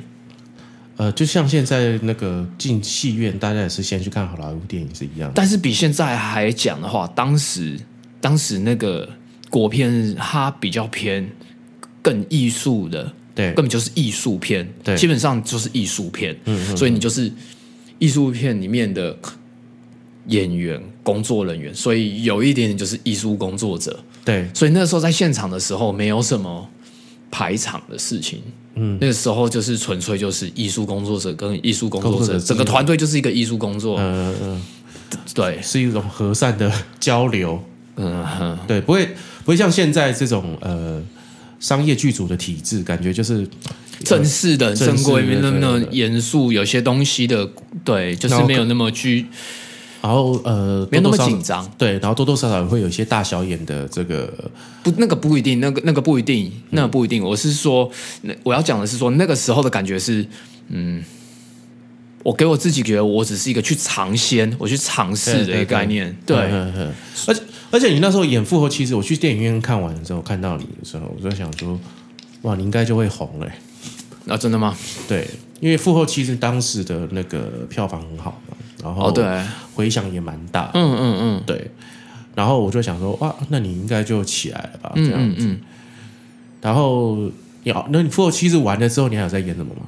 S1: 呃，就像现在那个进戏院，大家也是先去看好莱坞电影是一样的。
S2: 但是比现在还讲的话，当时当时那个国片它比较偏更艺术的。
S1: 对
S2: 根，本就是艺术片，
S1: 对嗯
S2: 基本上就是艺术片，所以你就是艺术片里面的演员、工作人员，所以有一点点就是艺术工作者，
S1: 对，
S2: 所以那时候在现场的时候没有什么排场的事情，嗯，那个时候就是纯粹就是艺术工作者跟艺术工作者，
S1: 工作者之间
S2: 整个团队就是一个艺术工作，
S1: 呃呃，
S2: 对，
S1: 是一种和善的交流，
S2: 嗯哼，
S1: 对，不会不会像现在这种呃商业剧组的体制，感觉就是
S2: 正式的、
S1: 正式的
S2: 正规没那
S1: 对
S2: 么那
S1: 对
S2: 么严肃，有些东西的，对，就是
S1: 然后
S2: 没有那么拘，
S1: 然后呃
S2: 没有那么
S1: 多多少
S2: 紧张。
S1: 对，然后多多少少也会有一些大小眼的这个
S2: 不，那个不一定，那个那个不一定，那个不一定。我是说，那我要讲的是说，那个时候的感觉是，嗯，我给我自己觉得，我只是一个去尝鲜，我去尝试的一个概念。对，
S1: 嗯嗯，而且而且你那时候演《复活妻子》，我去电影院看完的时候，看到你的时候，我就想说，哇，你应该就会红了欸、
S2: 那、啊真的吗？
S1: 对，因为《复后妻子》当时的那个票房很好嘛，然后
S2: 哦，对，
S1: 回响也蛮大，
S2: 嗯嗯嗯，
S1: 对。然后我就想说，哇，那你应该就起来了吧，这
S2: 嗯
S1: 样。
S2: 嗯嗯。
S1: 然后要，那你《复后妻子》完了之后，你还有在演什么吗？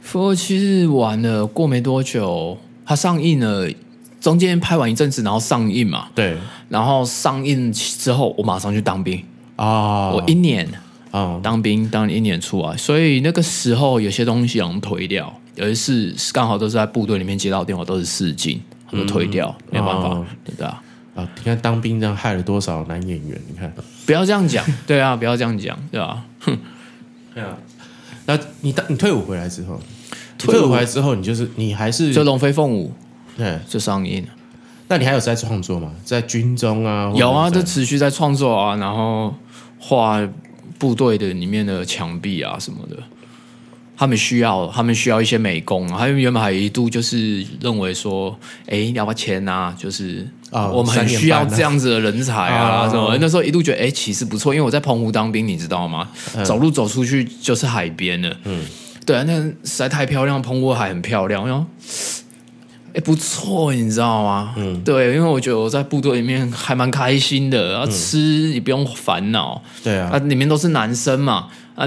S2: 复活七日完了，过没多久，它上映了，中间拍完一阵子，然后上映嘛，
S1: 对
S2: 然后上映之后，我马上去当兵，
S1: 啊，
S2: 我一年。
S1: 啊，
S2: 当兵当了一年出来，所以那个时候有些东西好像推掉，有一次刚好都是在部队里面接到电话，都是试镜，都推掉，没有办法，
S1: 哦
S2: 对啊，
S1: 啊，你看当兵这样害了多少男演员？你看，
S2: 不要这样 讲，对啊，不要这样讲，对啊，
S1: 对啊。那你当你退伍回来之后，你
S2: 退
S1: 退
S2: 伍
S1: 伍回来之后，你就是你还是
S2: 就《龙飞凤舞
S1: 对，》
S2: 就上映了，
S1: 那你还有在创作吗？在军中啊？或者
S2: 有啊，
S1: 在
S2: 就持续在创作啊，然后画部队的里面的墙壁啊什么的。他们需要，他们需要一些美工、啊。他们原本还一度就是认为说，哎、你要不要签啊？就是
S1: 啊
S2: 我们很
S1: 三点
S2: 需要
S1: 半啊
S2: 这样子的人才啊，
S1: 啊
S2: 什么？那时候一度觉得，哎、其实不错，因为我在澎湖当兵，你知道吗？走路走出去就是海边了。嗯，对啊，那实在太漂亮，澎湖海很漂亮。然后，哎、不错，你知道吗？嗯，对，因为我觉得我在部队里面还蛮开心的，然后吃也不用烦恼。
S1: 对啊
S2: 啊，，里面都是男生嘛，啊，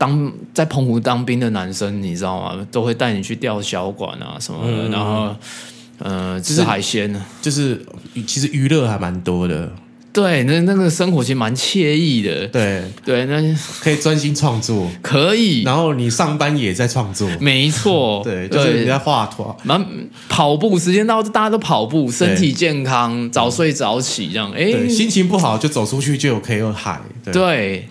S2: 当在澎湖当兵的男生，你知道吗？都会带你去钓小馆啊什么的，然后呃吃
S1: 是
S2: 海鲜啊。
S1: 就是其实娱乐还蛮多的，
S2: 对，那那个生活其实蛮惬意的。
S1: 对，
S2: 对，那
S1: 可以专心创 作，
S2: 可以，
S1: 然后你上班也在创作，
S2: 没错，
S1: 对，就是你在画图，啊
S2: 蛮跑步，时间到，大家都跑步，身体健康，早睡早起，这样。哎，
S1: 对，心情不好就走出去就有可以有海，对，
S2: 对啊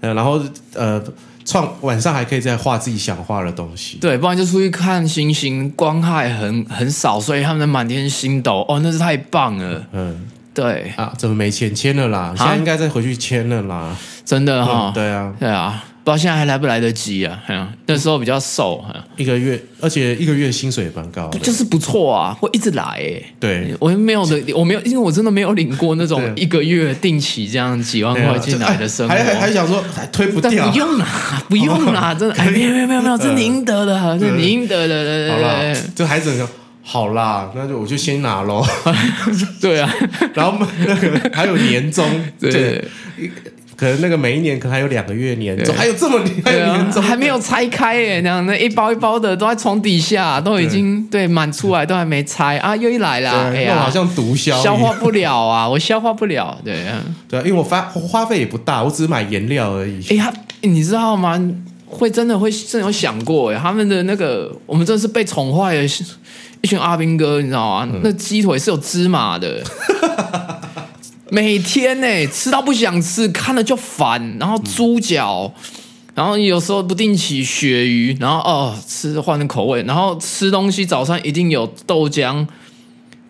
S1: 呃然后呃，创晚上还可以再画自己想画的东西，
S2: 对，不然就出去看星星，光害很很少，所以他们的满天星斗，哦，那是太棒了。
S1: 嗯
S2: 对，啊
S1: 啊，怎么没签？签了啦，现在应该再回去签了啦，
S2: 真的哈、
S1: 嗯对啊，
S2: 对啊，不知道现在还来不来得及啊。哎呀那时候比较瘦，哎呀
S1: 一个月，而且一个月薪水也蛮高的，
S2: 就是不错啊，会一直来、欸。
S1: 对。
S2: 我没有的，我没有，因为我真的没有领过那种
S1: 对
S2: 一个月定期这样几万
S1: 对啊
S2: 块进来的生活。
S1: 还还还想说还推不
S2: 但
S1: 掉，哦
S2: 不用啦，不用啦，真的，哎，没有没有没有没有，这你应得的，这你应得的，
S1: 嗯
S2: 对
S1: 好啦
S2: 对对，
S1: 这孩子说好啦，那就我就先拿喽。
S2: 对，对啊，
S1: 然后那个还有年终，
S2: 对，
S1: 可能那个每一年可能还有两个月年终，
S2: 对
S1: 还有这么 还
S2: 对
S1: 有
S2: 啊
S1: 年，终，
S2: 还没有拆开耶，那样那一包一包的都在床底下，都已经对满出来，都还没拆啊，又一来
S1: 对
S2: 啦，哎
S1: 那我好
S2: 呀，
S1: 像毒枭一样，
S2: 消化不了啊，我消化不了，对啊，
S1: 对啊，因为我发花费也不大，我只是买颜料而已。
S2: 哎呀，你知道吗？会真的会真的有想过哎，他们的那个我们真的是被宠坏的 一群阿兵哥，你知道吗？那鸡腿是有芝麻的，每天呢、吃到不想吃，看了就烦，然后猪脚。然后有时候不定期鳕鱼，然后哦吃换了口味，然后吃东西早餐一定有豆浆、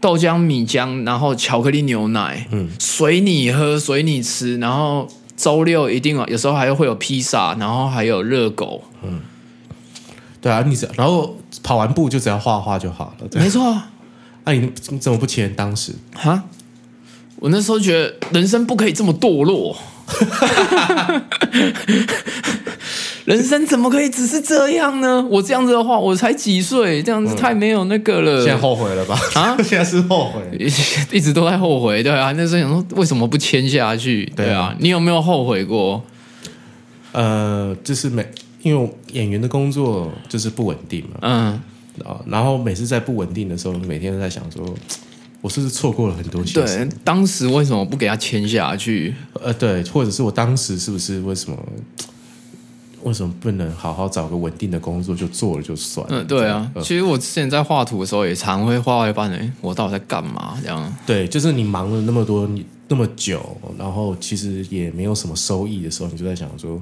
S2: 豆浆、米浆，然后巧克力牛奶，嗯，随你喝，随你吃，然后周六一定有，有时候还会有披萨，然后还有热狗，
S1: 对啊，你只然后跑完步就只要画画就好了。对
S2: 没错啊
S1: 啊，你你怎么不签？当时
S2: 哈。我那时候觉得人生不可以这么堕落，人生怎么可以只是这样呢？我这样子的话，我才几岁，这样子太没有那个了。
S1: 现在后悔了吧？
S2: 呃啊
S1: 现在是后悔。
S2: 一直都在后悔，对啊，那时候想说为什么不签下去，对
S1: 对
S2: 啊
S1: 啊，
S2: 你有没有后悔过？
S1: 呃，就是每因为演员的工作就是不稳定嘛，
S2: 嗯，
S1: 啊，然后每次在不稳定的时候，每天都在想说，我是不是错过了很多些事
S2: 对，当时为什么不给他签下去？
S1: 呃，对，或者是我当时是不是为什么为什么不能好好找个稳定的工作就做了就算了？
S2: 嗯，对啊，
S1: 呃
S2: 其实我之前在画图的时候也常会画到一半，哎，我到底在干嘛？这样，
S1: 对，就是你忙了那么多你那么久，然后其实也没有什么收益的时候，你就在想说，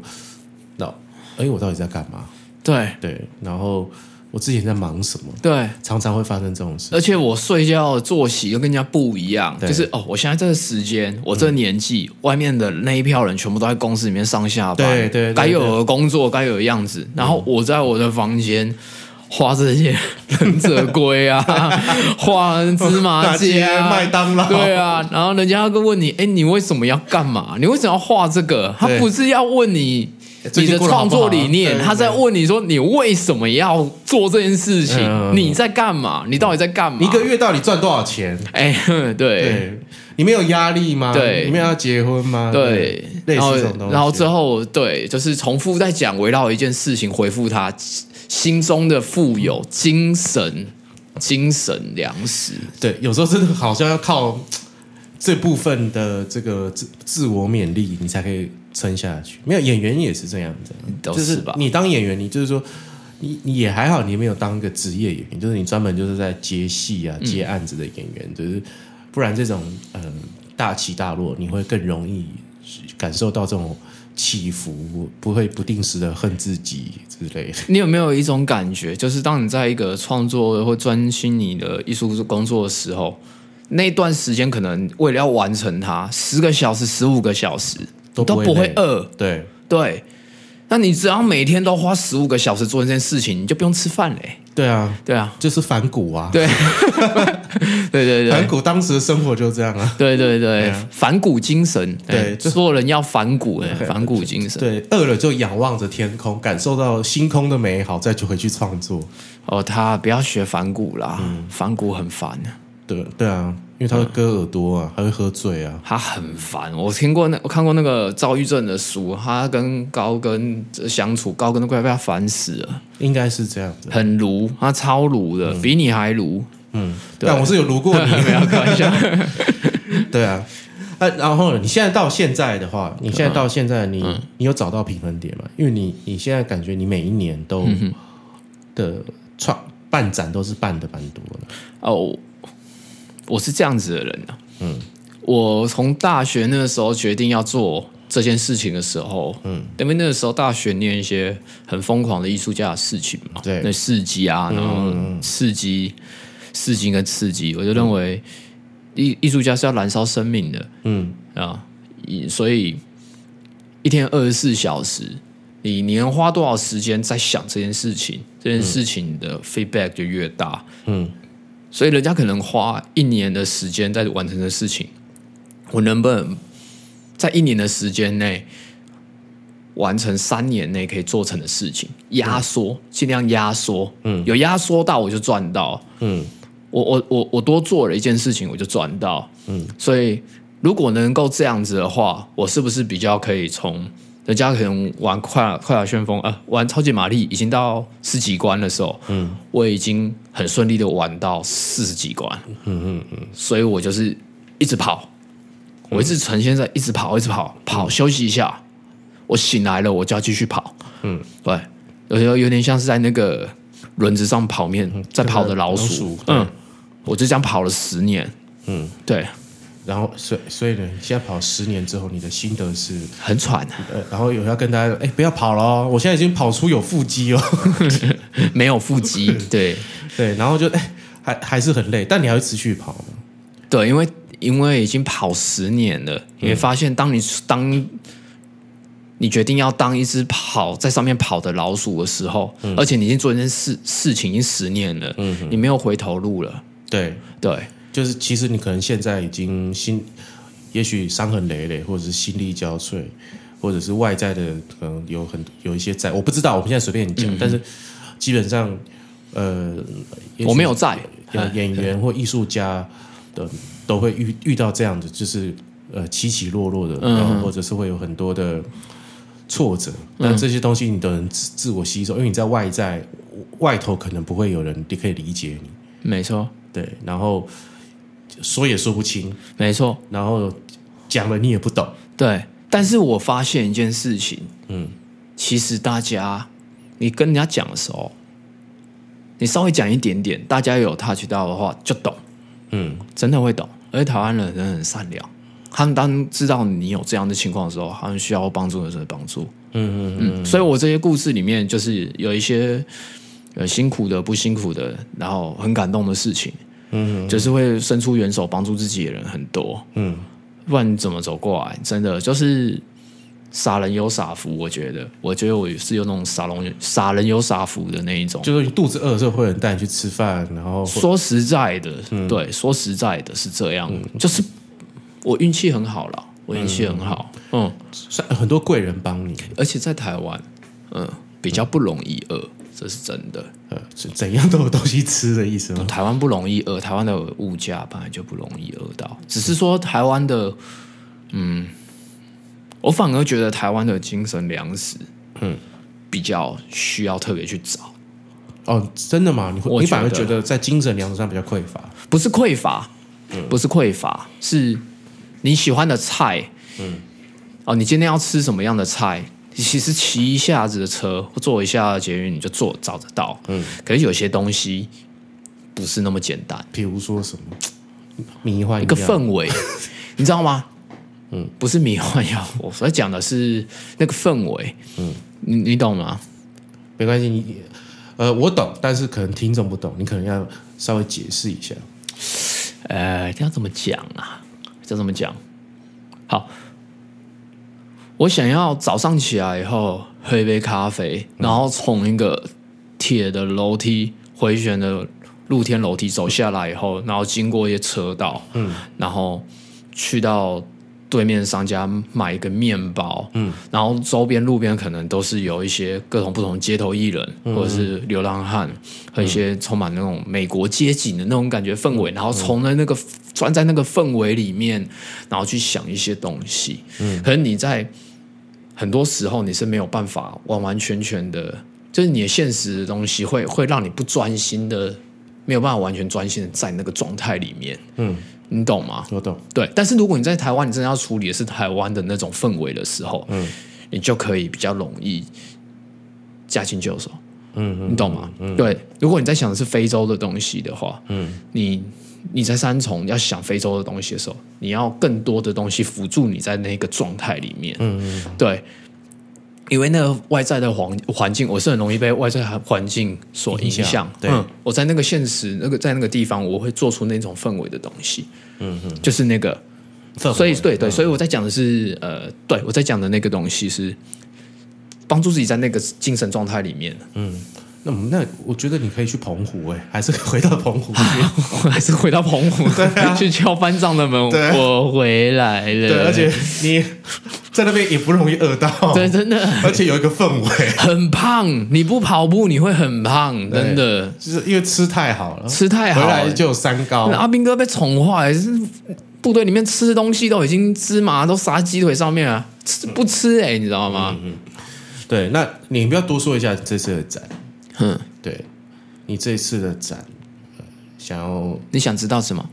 S1: 那哎，我到底在干嘛？
S2: 对
S1: 对，然后我之前在忙什么？
S2: 对，
S1: 常常会发生这种事。
S2: 而且我睡觉的作息又跟人家不一样，
S1: 对嗯
S2: 就是哦，我现在这个时间，我这个年纪，外面的那一票人全部都在公司里面上下班，
S1: 对对对嗯
S2: 该有的工作，该有的样子。然后我在我的房间画这些 忍者龟 啊，画芝麻街啊，
S1: 大街麦当劳
S2: 对啊。然后人家会问你，哎，你为什么要干嘛？你为什么要画这个？他
S1: 对
S2: 不是要问你。
S1: 最
S2: 你
S1: 近
S2: 的
S1: 过得好
S2: 创
S1: 不好啊
S2: 作理念，
S1: 对对
S2: 他在
S1: 对
S2: 问你说你为什么要做这件事情？
S1: 嗯
S2: 你在干嘛？你到底在干嘛？
S1: 你一个月到底赚多少钱？
S2: 哎， 对对
S1: 对，你没有压力吗？
S2: 对
S1: 你们要结婚吗？类
S2: 然
S1: 似
S2: 后
S1: 这种东西。
S2: 然后之后对，就是重复在讲围绕一件事情回复他心中的富有精神、精神粮食。
S1: 对，有时候真的好像要靠这部分的这个自自我勉励，你才可以撑下去。没有演员也是这样子，啊
S2: 都
S1: 就是
S2: 吧
S1: 你当演员，你就是说。你你也还好，你没有当一个职业演员，就是你专门就是在接戏
S2: 嗯
S1: 啊、接案子的演员，就是不然这种呃大起大落，你会更容易感受到这种起伏，不会不定时的恨自己之类的。
S2: 你有没有一种感觉，就是当你在一个创作或专心你的艺术工作的时候，那段时间可能为了要完成它，十个小时、十五个小时
S1: 都
S2: 都
S1: 不会
S2: 不会
S1: 累
S2: 饿，
S1: 对，
S2: 对。那你只要每天都花十五个小时做一件事情，你就不用吃饭嘞、
S1: 对啊，
S2: 对啊，
S1: 就是反骨啊，
S2: 对， 对对
S1: 反
S2: 对，
S1: 骨当时的生活就这样啊。
S2: 对对对
S1: 啊，
S2: 反骨精神，
S1: 对
S2: 哎
S1: 就
S2: 所有人要反骨，哎，反骨精神。
S1: 对，饿了就仰望着天空，感受到星空的美好，再去回去创作。
S2: 哦，他不要学反骨啦，
S1: 嗯
S2: 反骨很烦，
S1: 对对啊，因为他会割耳朵
S2: 嗯
S1: 啊，还会喝醉啊。
S2: 他很烦。我听过那我看过那个躁郁症的书，他跟高跟呃相处，高跟都快被他烦死了，
S1: 应该是这样子。
S2: 很奴，他超奴的，比你还 奴。对
S1: 啊
S2: 啊
S1: 但我是有撸过 你，
S2: 没有开玩笑，
S1: 对啊。啊，然后你现在到现在的话，你现在到现在，你
S2: 嗯
S1: 你有找到平衡点吗？因为你你现在感觉你每一年都
S2: 嗯
S1: 的创办展都是办的蛮多的，
S2: 哦，我是这样子的人啊。嗯，我从大学那个时候决定要做这件事情的时候，嗯，因为那个时候大学念一些很疯狂的艺术家的事情嘛，
S1: 对
S2: 那市集啊，然后市集、市集跟刺激，我就认为艺艺术家是要燃烧生命的，
S1: 嗯，
S2: 啊，以所以一天二十四小时，你你能花多少时间在想这件事情，这件事情的 feedback 就越大。
S1: 嗯，
S2: 所以人家可能花一年的时间在完成的事情，我能不能在一年的时间内完成三年内可以做成的事情？压缩，尽量压缩。嗯，有压缩到我就赚到。
S1: 嗯，
S2: 我我我我多做了一件事情，我就赚到。嗯，所以如果能够这样子的话，我是不是比较可以从人家可能玩快快打旋风啊、呃玩超级玛丽已经到十几关的时候，嗯，我已经很顺利的玩到四十几关，嗯嗯嗯，所以我就是一直跑，我一直呈现在一直跑，一直跑，跑休息一下，我醒来了，我就要继续跑，嗯，对，有时候有点像是在那个轮子上跑面，在跑的嗯老
S1: 老
S2: 鼠
S1: 鼠，对
S2: 嗯，我就这样跑了十年，嗯，对，
S1: 然后所以所以呢，你现在跑十年之后，你的心得是，
S2: 很喘，
S1: 呃，然后有要跟大家，哎，不要跑了哦，我现在已经跑出有腹肌哦，
S2: 没有腹肌，对。
S1: 对，然后就哎，还还是很累，但你还会持续跑吗？
S2: 对，因为因为已经跑十年了，
S1: 嗯
S2: 你会发现，当你当你决定要当一只跑在上面跑的老鼠的时候，
S1: 嗯
S2: 而且你已经做一件事事情已经十年了，你没有回头路了。
S1: 对，
S2: 对
S1: 就是其实你可能现在已经心，也许伤痕累累，或者是心力交瘁，或者是外在的可能有很有一些在，我不知道，我们现在随便你
S2: 嗯
S1: 讲，但是基本上，呃，也许
S2: 我没有在， 哎
S1: 演演员或艺术家的都会遇遇到这样的，就是呃起起落落的，然后或者是会有很多的挫折。那这些东西你都能自自我吸收，因为你在外在外头可能不会有人可以理解你，
S2: 没错，
S1: 对，然后说也说不清，
S2: 没错，
S1: 然后讲了你也不懂，
S2: 对。但是我发现一件事情，
S1: 嗯
S2: 其实大家你跟人家讲的时候，你稍微讲一点点，大家有 touch 到的话就懂。
S1: 嗯，
S2: 真的会懂，而且台湾人真的很善良。他们当知道你有这样的情况的时候，他们需要帮助的时候帮助。嗯嗯嗯。所以我这些故事里面，就是有一些呃辛苦的、不辛苦的，然后很感动的事情。嗯就是会伸出援手帮助自己的人很多。
S1: 嗯，
S2: 不然你怎么走过来？真的就是傻人有傻福，我觉得，我觉得我是有那种傻龙傻人有傻福的那一种。
S1: 就是你肚子饿的时候会有人带你去吃饭，然后会
S2: 说实在的，对，说实在的是这样，就是我运气很好了，我运气很好，嗯嗯，
S1: 算很多贵人帮你，
S2: 而且在台湾，嗯，比较不容易饿，这是真的。
S1: 呃，怎怎样都有东西吃的意思吗？
S2: 台湾不容易饿，台湾的物价本来就不容易饿到，只是说台湾的，嗯，我反而觉得台湾的精神粮食，嗯，比较需要特别去找，
S1: 哦，真的吗？你会
S2: 我
S1: 你反而
S2: 觉得
S1: 觉得在精神粮食上比较匮乏？
S2: 不是匮乏，不是匮乏，是你喜欢的菜，哦，你今天要吃什么样的菜？其实骑一下子的车，或坐一下捷运，你就做找得到。嗯，可是有些东西不是那么简单，
S1: 比如说什么迷幻
S2: 一个
S1: 药
S2: 氛 围，你知道吗？嗯，不是迷幻药，我所讲的是那个氛围。嗯，你你懂吗？
S1: 没关系，你呃我懂，但是可能听众不懂，你可能要稍微解释一下。
S2: 呃，这要怎么讲啊？这要怎么讲？好，我想要早上起来以后喝一杯咖啡，然后从一个铁的楼梯回旋的露天楼梯走下来以后，然后经过一些车道，嗯，然后去到对面商家买一个面包，嗯，然后周边路边可能都是有一些各种不同街头艺人、或者是流浪汉和一些充满那种美国街景的那种感觉氛围，然后从了那个钻在那个氛围里面，然后去想一些东西，嗯，可能你在很多时候你是没有办法完完全全的，就是你的现实的东西会会让你不专心的，没有办法完全专心的在那个状态里面，
S1: 嗯，
S2: 你懂吗？
S1: 我懂，
S2: 对，但是如果你在台湾，你真的要处理的是台湾的那种氛围的时候，嗯，你就可以比较容易驾轻就熟，
S1: 嗯
S2: 你懂吗？对，如果你在想的是非洲的东西的话，嗯，你你在三重要想非洲的东西的时候，你要更多的东西辅助你在那个状态里面，嗯，对。因为那个外在的环环境，我是很容易被外在环境所影响。
S1: 影响对
S2: 嗯，我在那个现实，那个在那个地方，我会做出那种氛围的东西。嗯哼，就是那个
S1: 氛围嗯
S2: 所以对对，所以我在讲的是呃，对我在讲的那个东西是帮助自己在那个精神状态里 面。
S1: 那我们那我觉得你可以去澎湖哎、 还是回到澎湖去。
S2: 我还是回到澎湖， 去敲班长的门，
S1: 啊对啊
S2: 我回来 了。
S1: 对，而且你 在那边也不容易饿到，
S2: 对，真的
S1: 而且有一个氛围，
S2: 很胖，你不跑步你会很胖，真的。
S1: 就是因为吃太好了，
S2: 吃太好
S1: 回
S2: 了
S1: 来就有三高
S2: 那。啊阿兵哥被宠坏，是部队里面吃东西都已经芝麻都撒鸡腿上面了，吃不吃哎、欸，你知道
S1: 嗯
S2: 吗？
S1: 对，那你不要多说一下这次的展，
S2: 嗯，
S1: 对你这次的展，呃想要
S2: 你想知道什么？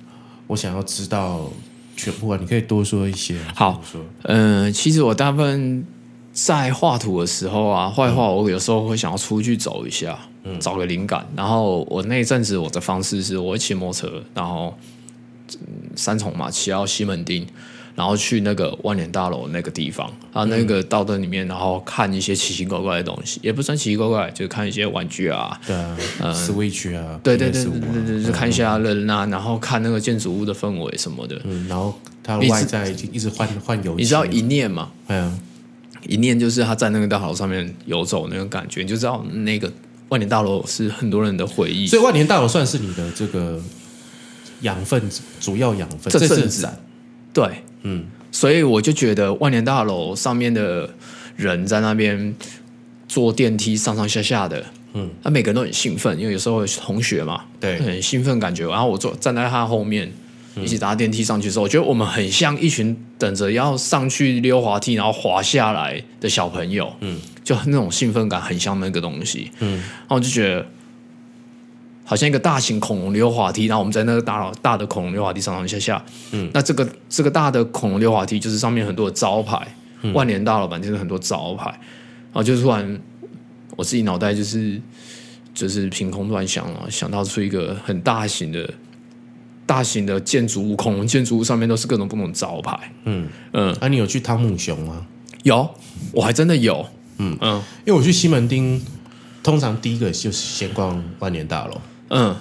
S1: 我想要知道全部啊，你可以多说一些。
S2: 好
S1: 多说
S2: 嗯，其实我大部分在画图的时候啊，画一画，我有时候会想要出去走一下，找个灵感。然后我那一阵子我的方式是，我会骑摩托车，然后、嗯三重嘛，骑到西门町，然后去那个万年大楼那个地方啊，那个道灯里面，然后看一些奇奇怪怪的东西，也不算奇奇怪怪，就是看一些玩具啊。
S1: 对啊、s w i t c h 啊，
S2: 对对对
S1: PS5
S2: 对
S1: 啊
S2: 对对，就看一下人啊，然后看那个建筑物的氛围什么的。
S1: 嗯，然后它的外在已经一直换换油漆，
S2: 你知道一念吗？
S1: 嗯，
S2: 一念就是他在那个大楼上面游走那个感觉，你就知道那个万年大楼是很多人的回忆。
S1: 所以万年大楼算是你的这个养分，主要养分。
S2: 这
S1: 这次
S2: 阵子
S1: 展，
S2: 对，
S1: 嗯，
S2: 所以我就觉得万年大楼上面的人在那边坐电梯上上下下的，
S1: 嗯，
S2: 他每个人都很兴奋，因为有时候有同学嘛，
S1: 对
S2: 很兴奋感觉。然后我坐站在他后面。一起搭电梯上去的时候，我觉得我们很像一群等着要上去溜滑梯，然后滑下来的小朋友，嗯，就那种兴奋感很像那个东西，嗯，然后我就觉得好像一个大型恐龙溜滑梯，然后我们在那个大大的恐龙溜滑梯上上下下，嗯，那这个这个大的恐龙溜滑梯就是上面很多的招牌，万年大楼板就是很多招牌，然后就突然我自己脑袋就是就是凭空乱想了，想到出一个很大型的大型的建筑物，恐龙建筑物上面都是各种不同的招牌，
S1: 嗯
S2: 嗯，
S1: 啊，你有去汤姆熊吗？
S2: 有，我还真的有，嗯嗯
S1: 因为我去西门町，通常第一个就是先逛万年大楼
S2: 嗯，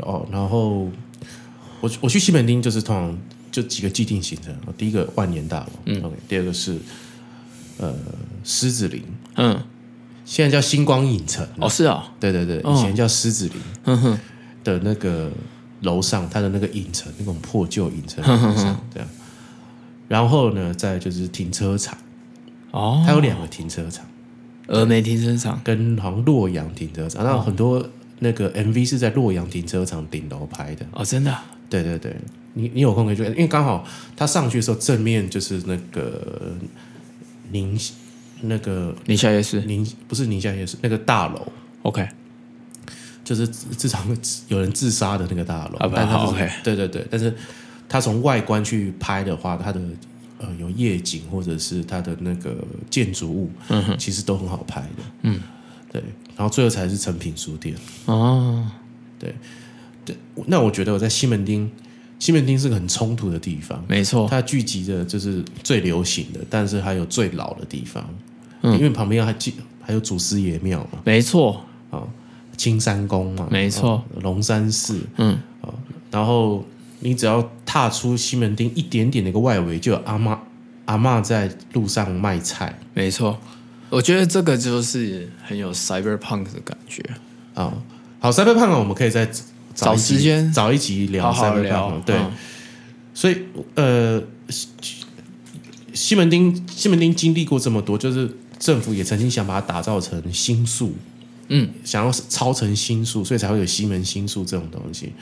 S1: 哦，然后我我去西门町就是通常就几个既定行程，第一个万年大楼，嗯，OK，第二个是呃狮子林，
S2: 嗯，
S1: 现在叫星光影城，
S2: 哦是啊、
S1: 对对对，
S2: 哦
S1: 以前叫狮子林
S2: 哼哼，
S1: 的那个楼上，它的那个影城，那种破旧影城
S2: 嗯哼哼
S1: 楼上这样。然后呢，再就是停车场，
S2: 哦，
S1: 它有两个停车场，
S2: 峨眉停车场，
S1: 跟好像洛阳停车场，
S2: 哦
S1: 那很多那个 MV 是在洛阳停车场顶楼拍的。
S2: 哦真的啊，
S1: 对对对，你你有空可以去看，因为刚好他上去的时候，正面就是那个宁那个
S2: 宁夏夜市
S1: 宁不是宁夏夜市那个大楼，
S2: ，OK，
S1: 就是自从 有人自杀的那个大楼，
S2: 啊不
S1: 但它
S2: 好
S1: 就是
S2: OK
S1: 对对对，但是它从外观去拍的话，它的呃有夜景或者是它的那个建筑物，
S2: 嗯哼。
S1: 其实都很好拍的，嗯，对，然后最后才是成品书店。
S2: 哦，
S1: 那我觉得我在西门町，西门町是个很冲突的地方，
S2: 没错，
S1: 它聚集的就是最流行的，但是还有最老的地方，
S2: 嗯
S1: 因为旁边还记还有祖师爷庙嘛，
S2: 没错，
S1: 啊、青山宫嘛，
S2: 没错
S1: 啊龙山寺，哦
S2: 嗯，
S1: 然后你只要踏出西门町一点点的一个外围，就有阿妈阿妈在路上卖菜
S2: 没错。我觉得这个就是很有 cyberpunk 的感觉。
S1: 啊、好，Cyberpunk 哦我们可以再
S2: 找
S1: 一集
S2: 时间
S1: 找一集聊
S2: 好好
S1: Cyberpunk，
S2: 聊，
S1: 哦对，
S2: 嗯
S1: 所以呃，西西门町西门町经历过这么多，就是政府也曾经想把它打造成新宿，
S2: 嗯，
S1: 想要超成新宿，所以才会有西门新宿这种东西，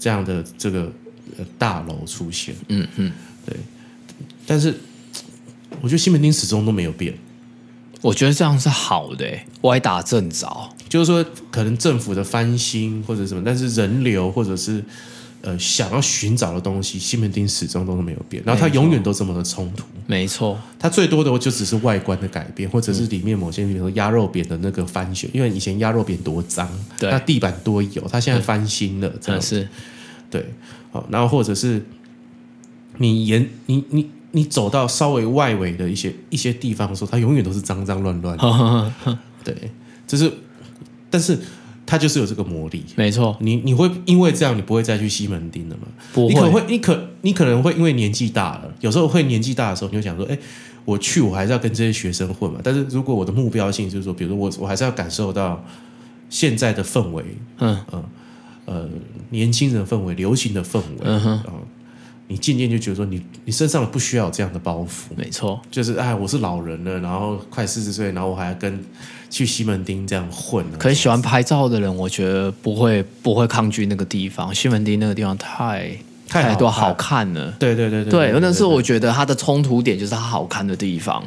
S1: 这样的这个呃大楼出现，
S2: 嗯嗯，
S1: 但是。我觉得西门町始终都没有变，
S2: 我觉得这样是好的、欸，歪打正着。
S1: 就是说，可能政府的翻新或者什么，但是人流或者是呃想要寻找的东西，西门町始终都没有变，然后它
S2: 没错
S1: 永远都这么的冲突。
S2: 没错，
S1: 它最多的就只是外观的改变，或者是里面某些，比如说鸭肉扁的那个翻修，因为以前鸭肉扁多脏，
S2: 对
S1: 那地板多油，它现在翻新了，这
S2: 真
S1: 样
S2: 的
S1: 子，
S2: 是
S1: 对，好，然后或者是你沿你你你走到稍微外围的一些一些地方的时候，它永远都是脏脏乱乱的，对，就是，但是它就是有这个魔力。
S2: 没错，
S1: 你你会因为这样，你不会再去西门町了吗？
S2: 不
S1: 你可能
S2: 会
S1: 会，你可你可能会因为年纪大了，有时候会年纪大的时候，你就想说，哎、我去我还是要跟这些学生混嘛。但是如果我的目标性就是说，比如说我我还是要感受到现在的氛围，
S2: 嗯
S1: 呃，年轻人的氛围、流行的氛围，
S2: 嗯哼，
S1: 你渐渐就觉得说你，你身上不需要有这样的包袱，
S2: 没错，
S1: 就是哎，我是老人了，然后快四十岁，然后我还要跟去西门町这样混、啊。
S2: 可是喜欢拍照的人，我觉得不会不会抗拒那个地方，西门町那个地方太
S1: 太好
S2: 多
S1: 看
S2: 好看了。
S1: 对对对
S2: 对，那是
S1: 对
S2: 我觉得它的冲突点就是它好看的地方。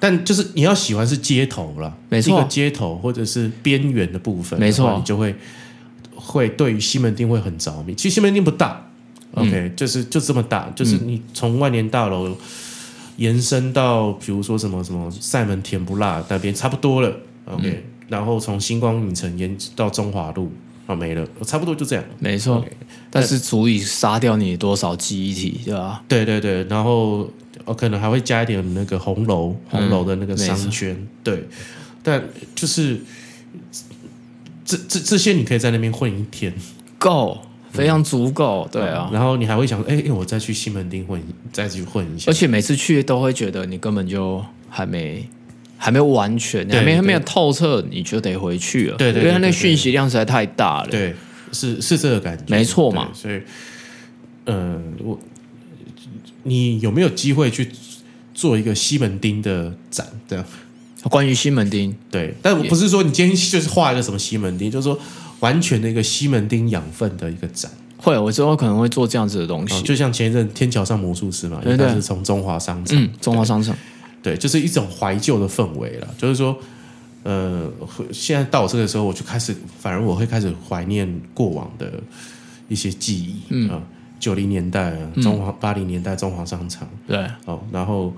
S1: 但就是你要喜欢是街头啦，
S2: 没错
S1: 一个街头或者是边缘的部分，
S2: 没错
S1: 然后你就会会对于西门町会很着迷。其实西门町不大，OK，、就是
S2: 嗯
S1: 就这么大，就是你从万年大楼延伸到比如说什么什么塞门甜不辣那边差不多了，OK，、然
S2: 嗯
S1: 后从星光影城延到中华路啊没了，差不多就这样。
S2: 没错
S1: OK，
S2: 但是足以杀掉你多少记忆体，对啊吧？
S1: 对对对，然后呃可能还会加一点那个红楼红楼的那个商圈，
S2: 嗯
S1: 对，但就是这这这些你可以在那边混一天，
S2: 够，非常足够，对啊。
S1: 然后你还会想说，哎，哎我再去西门町混一，再去混一下
S2: 而，且每次去都会觉得你根本就还没还没完全，你
S1: 对
S2: 还没
S1: 对
S2: 还没有透彻，你就得回去了。
S1: 对对对
S2: 因为它那
S1: 对
S2: 个
S1: 对对
S2: 讯息量实在太大了。
S1: 对，是是这个感觉，
S2: 没错嘛
S1: 对所以，呃，我你有没有机会去做一个西门町的展？啊这样
S2: 关于西门町，
S1: 对，但我不是说你今天就是画一个什么西门町，就是说完全的一个西门町养分的一个展。
S2: 会，我之后可能会做这样子的东
S1: 哦
S2: 西。
S1: 就像前一阵天桥上魔术师嘛，
S2: 对
S1: 应
S2: 对
S1: 该是从中华商场，
S2: 嗯，中华商场，
S1: 对，就是一种怀旧的氛围了。就是说，呃，会现在到我这个时候，我就开始，反而我会开始怀念过往的一些记忆，嗯，九、零年代啊，
S2: 嗯
S1: 中华八零、年代中华商场，
S2: 对，
S1: 哦，然后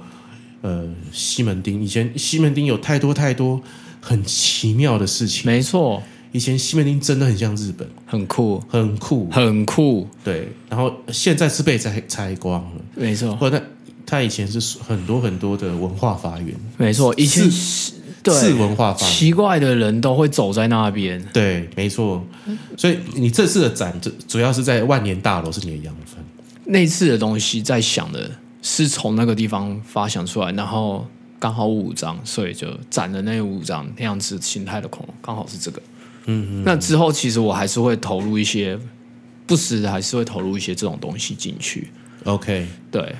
S1: 呃，西门町，以前西门町有太多太多很奇妙的事情。
S2: 没错，
S1: 以前西门町真的很像日本，
S2: 很酷，
S1: 很酷，
S2: 很酷，
S1: 对。然后现在是被拆拆光了。
S2: 没错，
S1: 或者他他以前是很多很多的文化发源，
S2: 没错。以前
S1: 次
S2: 对
S1: 文化发源，
S2: 奇怪的人都会走在那边，
S1: 对，没错。所以你这次的展，主主要是在万年大楼是你的养分，
S2: 那次的东西在想的是从那个地方发想出来，然后刚好五张，所以就攒了那五张那样子形态的恐龙，刚好是这个。嗯嗯。那之后其实我还是会投入一些，不时的还是会投入一些这种东西进去。
S1: OK，
S2: 对，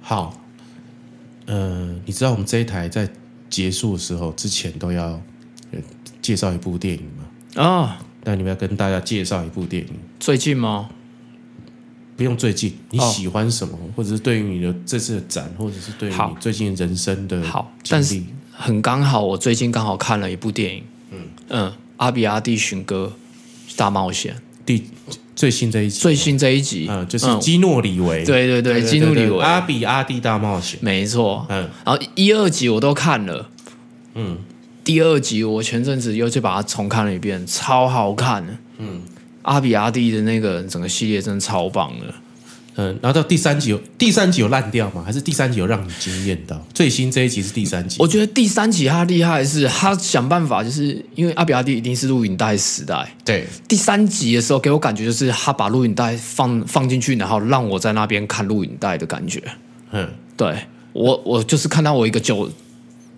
S1: 好。呃，你知道我们这一台在结束的时候之前都要呃介绍一部电影吗？
S2: 啊，
S1: 那你们要跟大家介绍一部电影，
S2: 最近吗？
S1: 不用最近你
S2: 哦
S1: 喜欢什么，或者是对于你的这次的展，或者是对于
S2: 好
S1: 你最近人生的
S2: 好
S1: 经
S2: 但是
S1: 历，
S2: 很刚好，我最近刚好看了一部电影，嗯阿比阿蒂寻歌大冒险
S1: 第最新这一》集，
S2: 最新这一集，
S1: 呃，就是
S2: 嗯
S1: 基诺里维，
S2: 对对对，基努里维，
S1: 阿比阿蒂大冒险，
S2: 没错，
S1: 嗯，
S2: 然后一二集我都看了，嗯，第二集我前阵子又去把它重看了一遍，超好看，嗯，阿比阿蒂的那个整个系列真的超棒的，
S1: 嗯，然后到第三集有第三集有烂掉吗？还是第三集有让你惊艳到？最新这一集是第三集
S2: 我，觉得第三集他厉害的是他想办法，就是因为阿比阿蒂一定是录影带时代，
S1: 对，
S2: 第三集的时候给我感觉就是他把录影带放放进去，然后让我在那边看录影带的感觉，
S1: 嗯
S2: 对我我就是看到我一个九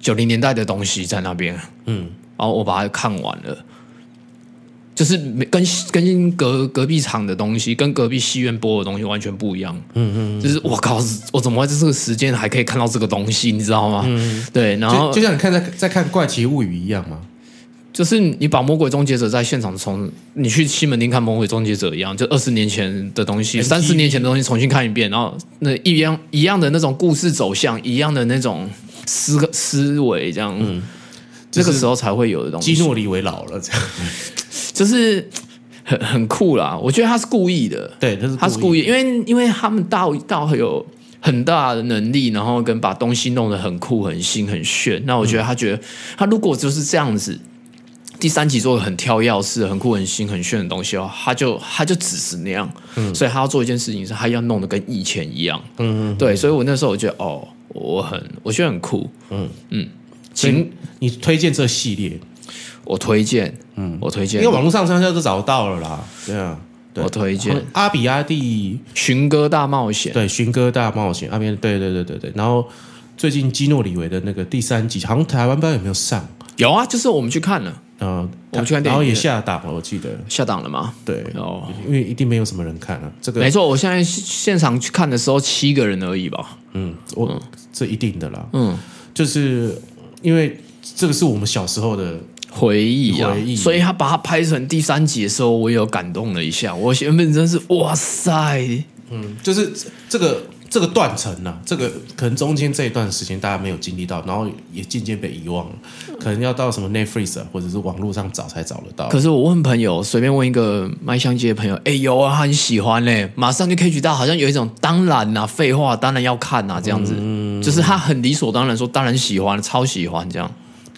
S2: 九零年代的东西在那边，
S1: 嗯，
S2: 然后我把它看完了，就是没跟跟隔隔壁场的东西，跟隔壁戏院播的东西完全不一样。嗯嗯，就是我靠，我怎么会在这个时间还可以看到这个东西？你知道吗？对，然
S1: 就
S2: 后
S1: 就像你看在在看《怪奇物语》一样嘛，
S2: 就是你把《魔鬼终结者》在现场从你去西门町看《魔鬼终结者》一样，就二十年前的东西，
S1: MTV
S2: 三十年前的东西重新看一遍，然后那一样一样的那种故事走向，一样的那种思思维，这样，嗯、
S1: 就
S2: 这
S1: 是
S2: 个时候才会有的东西
S1: 基。诺里维老了这样，
S2: 就是很很酷啦。我觉得他是故意的，
S1: 对，他是
S2: 他是故意，因为因为他们到到有很大的能力，然后跟把东西弄得很酷、很新、很炫。那我觉得他觉得、他如果就是这样子。第三集做的很跳跃式、很酷、很新、很炫的东西哦，他就他就只是那样，所以他要做一件事情是，他要弄得跟以前一样，嗯嗯嗯，对，所以我那时候我觉得哦，我很我觉得很酷，嗯嗯，
S1: 所
S2: 请
S1: 以你推荐这系列，
S2: 我推荐，嗯，我推
S1: 因
S2: 荐
S1: 为，网络上上下都找得到了啦，对啊，对
S2: 我推荐《
S1: 阿比阿蒂
S2: 寻歌大冒险》，
S1: 对《寻歌大冒险》那边，对对对对对，然后最近基诺里维的那个第三集，好像台湾不知道有没有上，
S2: 有啊，就是我们去看了，
S1: 呃，
S2: 我们去看电影
S1: 然后也下档了，我记得，
S2: 下档了嘛。
S1: 对，
S2: 哦，
S1: 因为一定没有什么人看啊，这
S2: 没
S1: 个，
S2: 错，我现在现场去看的时候七个人而已吧。
S1: 嗯，我这一定的啦，
S2: 嗯，
S1: 就是因为这个是我们小时候的，
S2: 回忆啊，
S1: 回忆
S2: 所以他把它拍成第三集的时候，我也有感动了一下。我原本真是哇塞，
S1: 就是这个这个断层啊，这个可能中间这一段时间大家没有经历到，然后也渐渐被遗忘了，可能要到什么 Netflix 啊，或者是网络上找才找得到。
S2: 可是我问朋友，随便问一个麦香街的朋友，哎、有啊，他很喜欢嘞、马上就可以举到，好像有一种当然啦、废话，当然要看呐、这样子，
S1: 嗯
S2: 就是他很理所当然说，当然喜欢，超喜欢这样。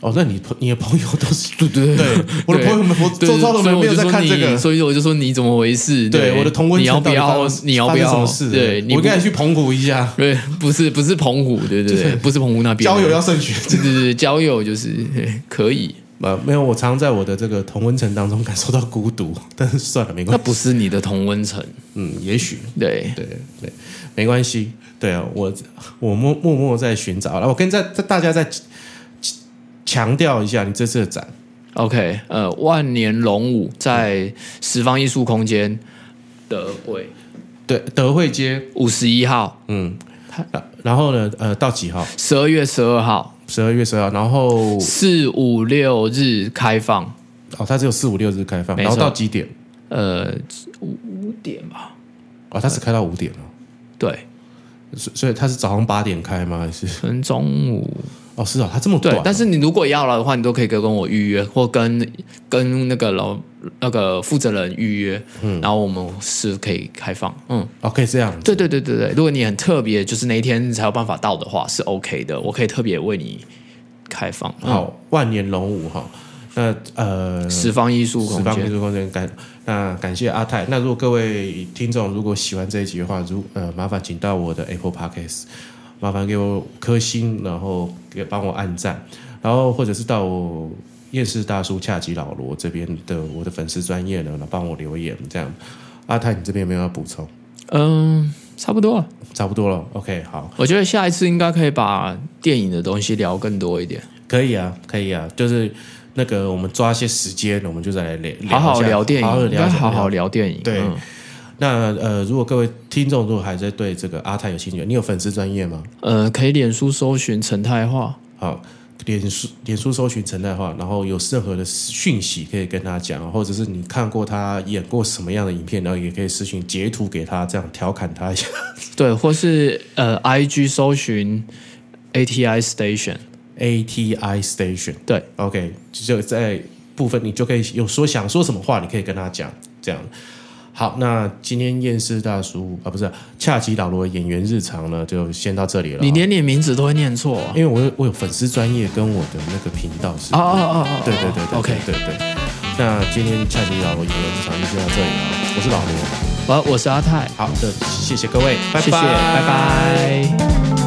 S1: 哦，那你朋你的朋友都是
S2: 对对
S1: 对， 我的朋友们，我周遭的
S2: 所以
S1: 人没
S2: 我
S1: 有
S2: 就
S1: 在
S2: 说
S1: 看这
S2: 你
S1: 个。
S2: 所以我就说你怎么回事？
S1: 对，我的同温
S2: 你要
S1: 层
S2: 不
S1: 到底发
S2: 要
S1: 生？
S2: 你要不
S1: 发生什
S2: 要
S1: 么？事了？
S2: 对，你
S1: 我
S2: 不
S1: 应该去澎湖一下，
S2: 对， 不是不是澎湖，对对对，不是澎湖那边啊
S1: 交友要慎选。
S2: 对对对，交友就是 嘿可以，
S1: 呃， 没有，我常在我的这个同温层当中感受到孤独，但是算了，没
S2: 那
S1: 关系。
S2: 不是你的同温层，
S1: 嗯，也许
S2: 对，
S1: 对对，没关系。对啊，我我默默默在寻找。然后我跟在在大家再强调一下，你这次的展
S2: OK，呃，万年龙舞在十方艺术空间的尾
S1: 对德惠街，
S2: 五十一号，
S1: 嗯，然然后呢，呃，到几号？
S2: 十二月十二号，
S1: 十二月十二号，然后
S2: 四五六日开放，
S1: 哦，它只有四五六日开放，
S2: 没
S1: 然后
S2: 错
S1: 到几点？
S2: 呃，五五点吧，
S1: 哦，它只开到五点哦。
S2: 对，
S1: 所所以它是早上八点开吗？还是
S2: 可能中午，
S1: 哦是啊，它这么短
S2: 对
S1: 哦，，
S2: 但是你如果要了的话，你都可以跟我预约，或跟跟那个老那个负责人预约，
S1: 嗯
S2: 然后我们是可以开放，嗯。
S1: 哦可以这样子
S2: 对对对对对，如果你很特别，就是那一天才有办法到的话，是 OK 的，我可以特别为你开放。
S1: 好、万年龙舞哈。那呃，
S2: 嗯十方艺术
S1: 十
S2: 空
S1: 方艺
S2: 间，
S1: 术空间感，那感谢阿泰。那如果各位听众如果喜欢这一集的话，如呃麻烦请到我的 Apple Podcast，麻烦给我五颗星，然后给帮我按赞，然后或者是到我厌世大叔恰吉老罗这边的我的粉丝专业呢，然后帮我留言这样。阿泰，你这边有没有要补充？
S2: 嗯，差不多了。
S1: 差不多了，OK，好。
S2: 我觉得下一次应该可以把电影的东西聊更多一点，
S1: 可以啊，可以啊，就是那个我们抓些时间，我们就再来聊，
S2: 好好
S1: 一下
S2: 聊电影，
S1: 好好
S2: 应
S1: 聊
S2: 该
S1: 一下，
S2: 好好聊电影。
S1: 对
S2: 嗯
S1: 那呃，如果各位听众如果还在对这个阿泰有兴趣，你有粉丝专业吗？
S2: 呃，可以脸书搜寻陈泰化。
S1: 好，脸书脸书搜寻陈代化，然后有任何的讯息可以跟他讲，或者是你看过他演过什么样的影片，然后也可以私讯截图给他，这样调侃他一下。
S2: 对，或是呃，IG 搜寻 ATI Station，
S1: A T I Station，
S2: 对
S1: ，OK，就在部分你就可以有说想说什么话，你可以跟他讲，这样。好，那今天厌世大叔啊，不是恰吉老罗的演员日常呢，就先到这里了哦。
S2: 你连你的名字都会念错啊！
S1: 因为我有我有粉丝专业跟我的那个频道是
S2: 哦，哦哦哦，
S1: 对对对对
S2: ，OK，
S1: 对对对。那今天恰吉老罗演员日常就先到这里了，我是老罗，
S2: 我我是阿泰，
S1: 好的，谢谢各位，拜拜，
S2: 谢谢，拜拜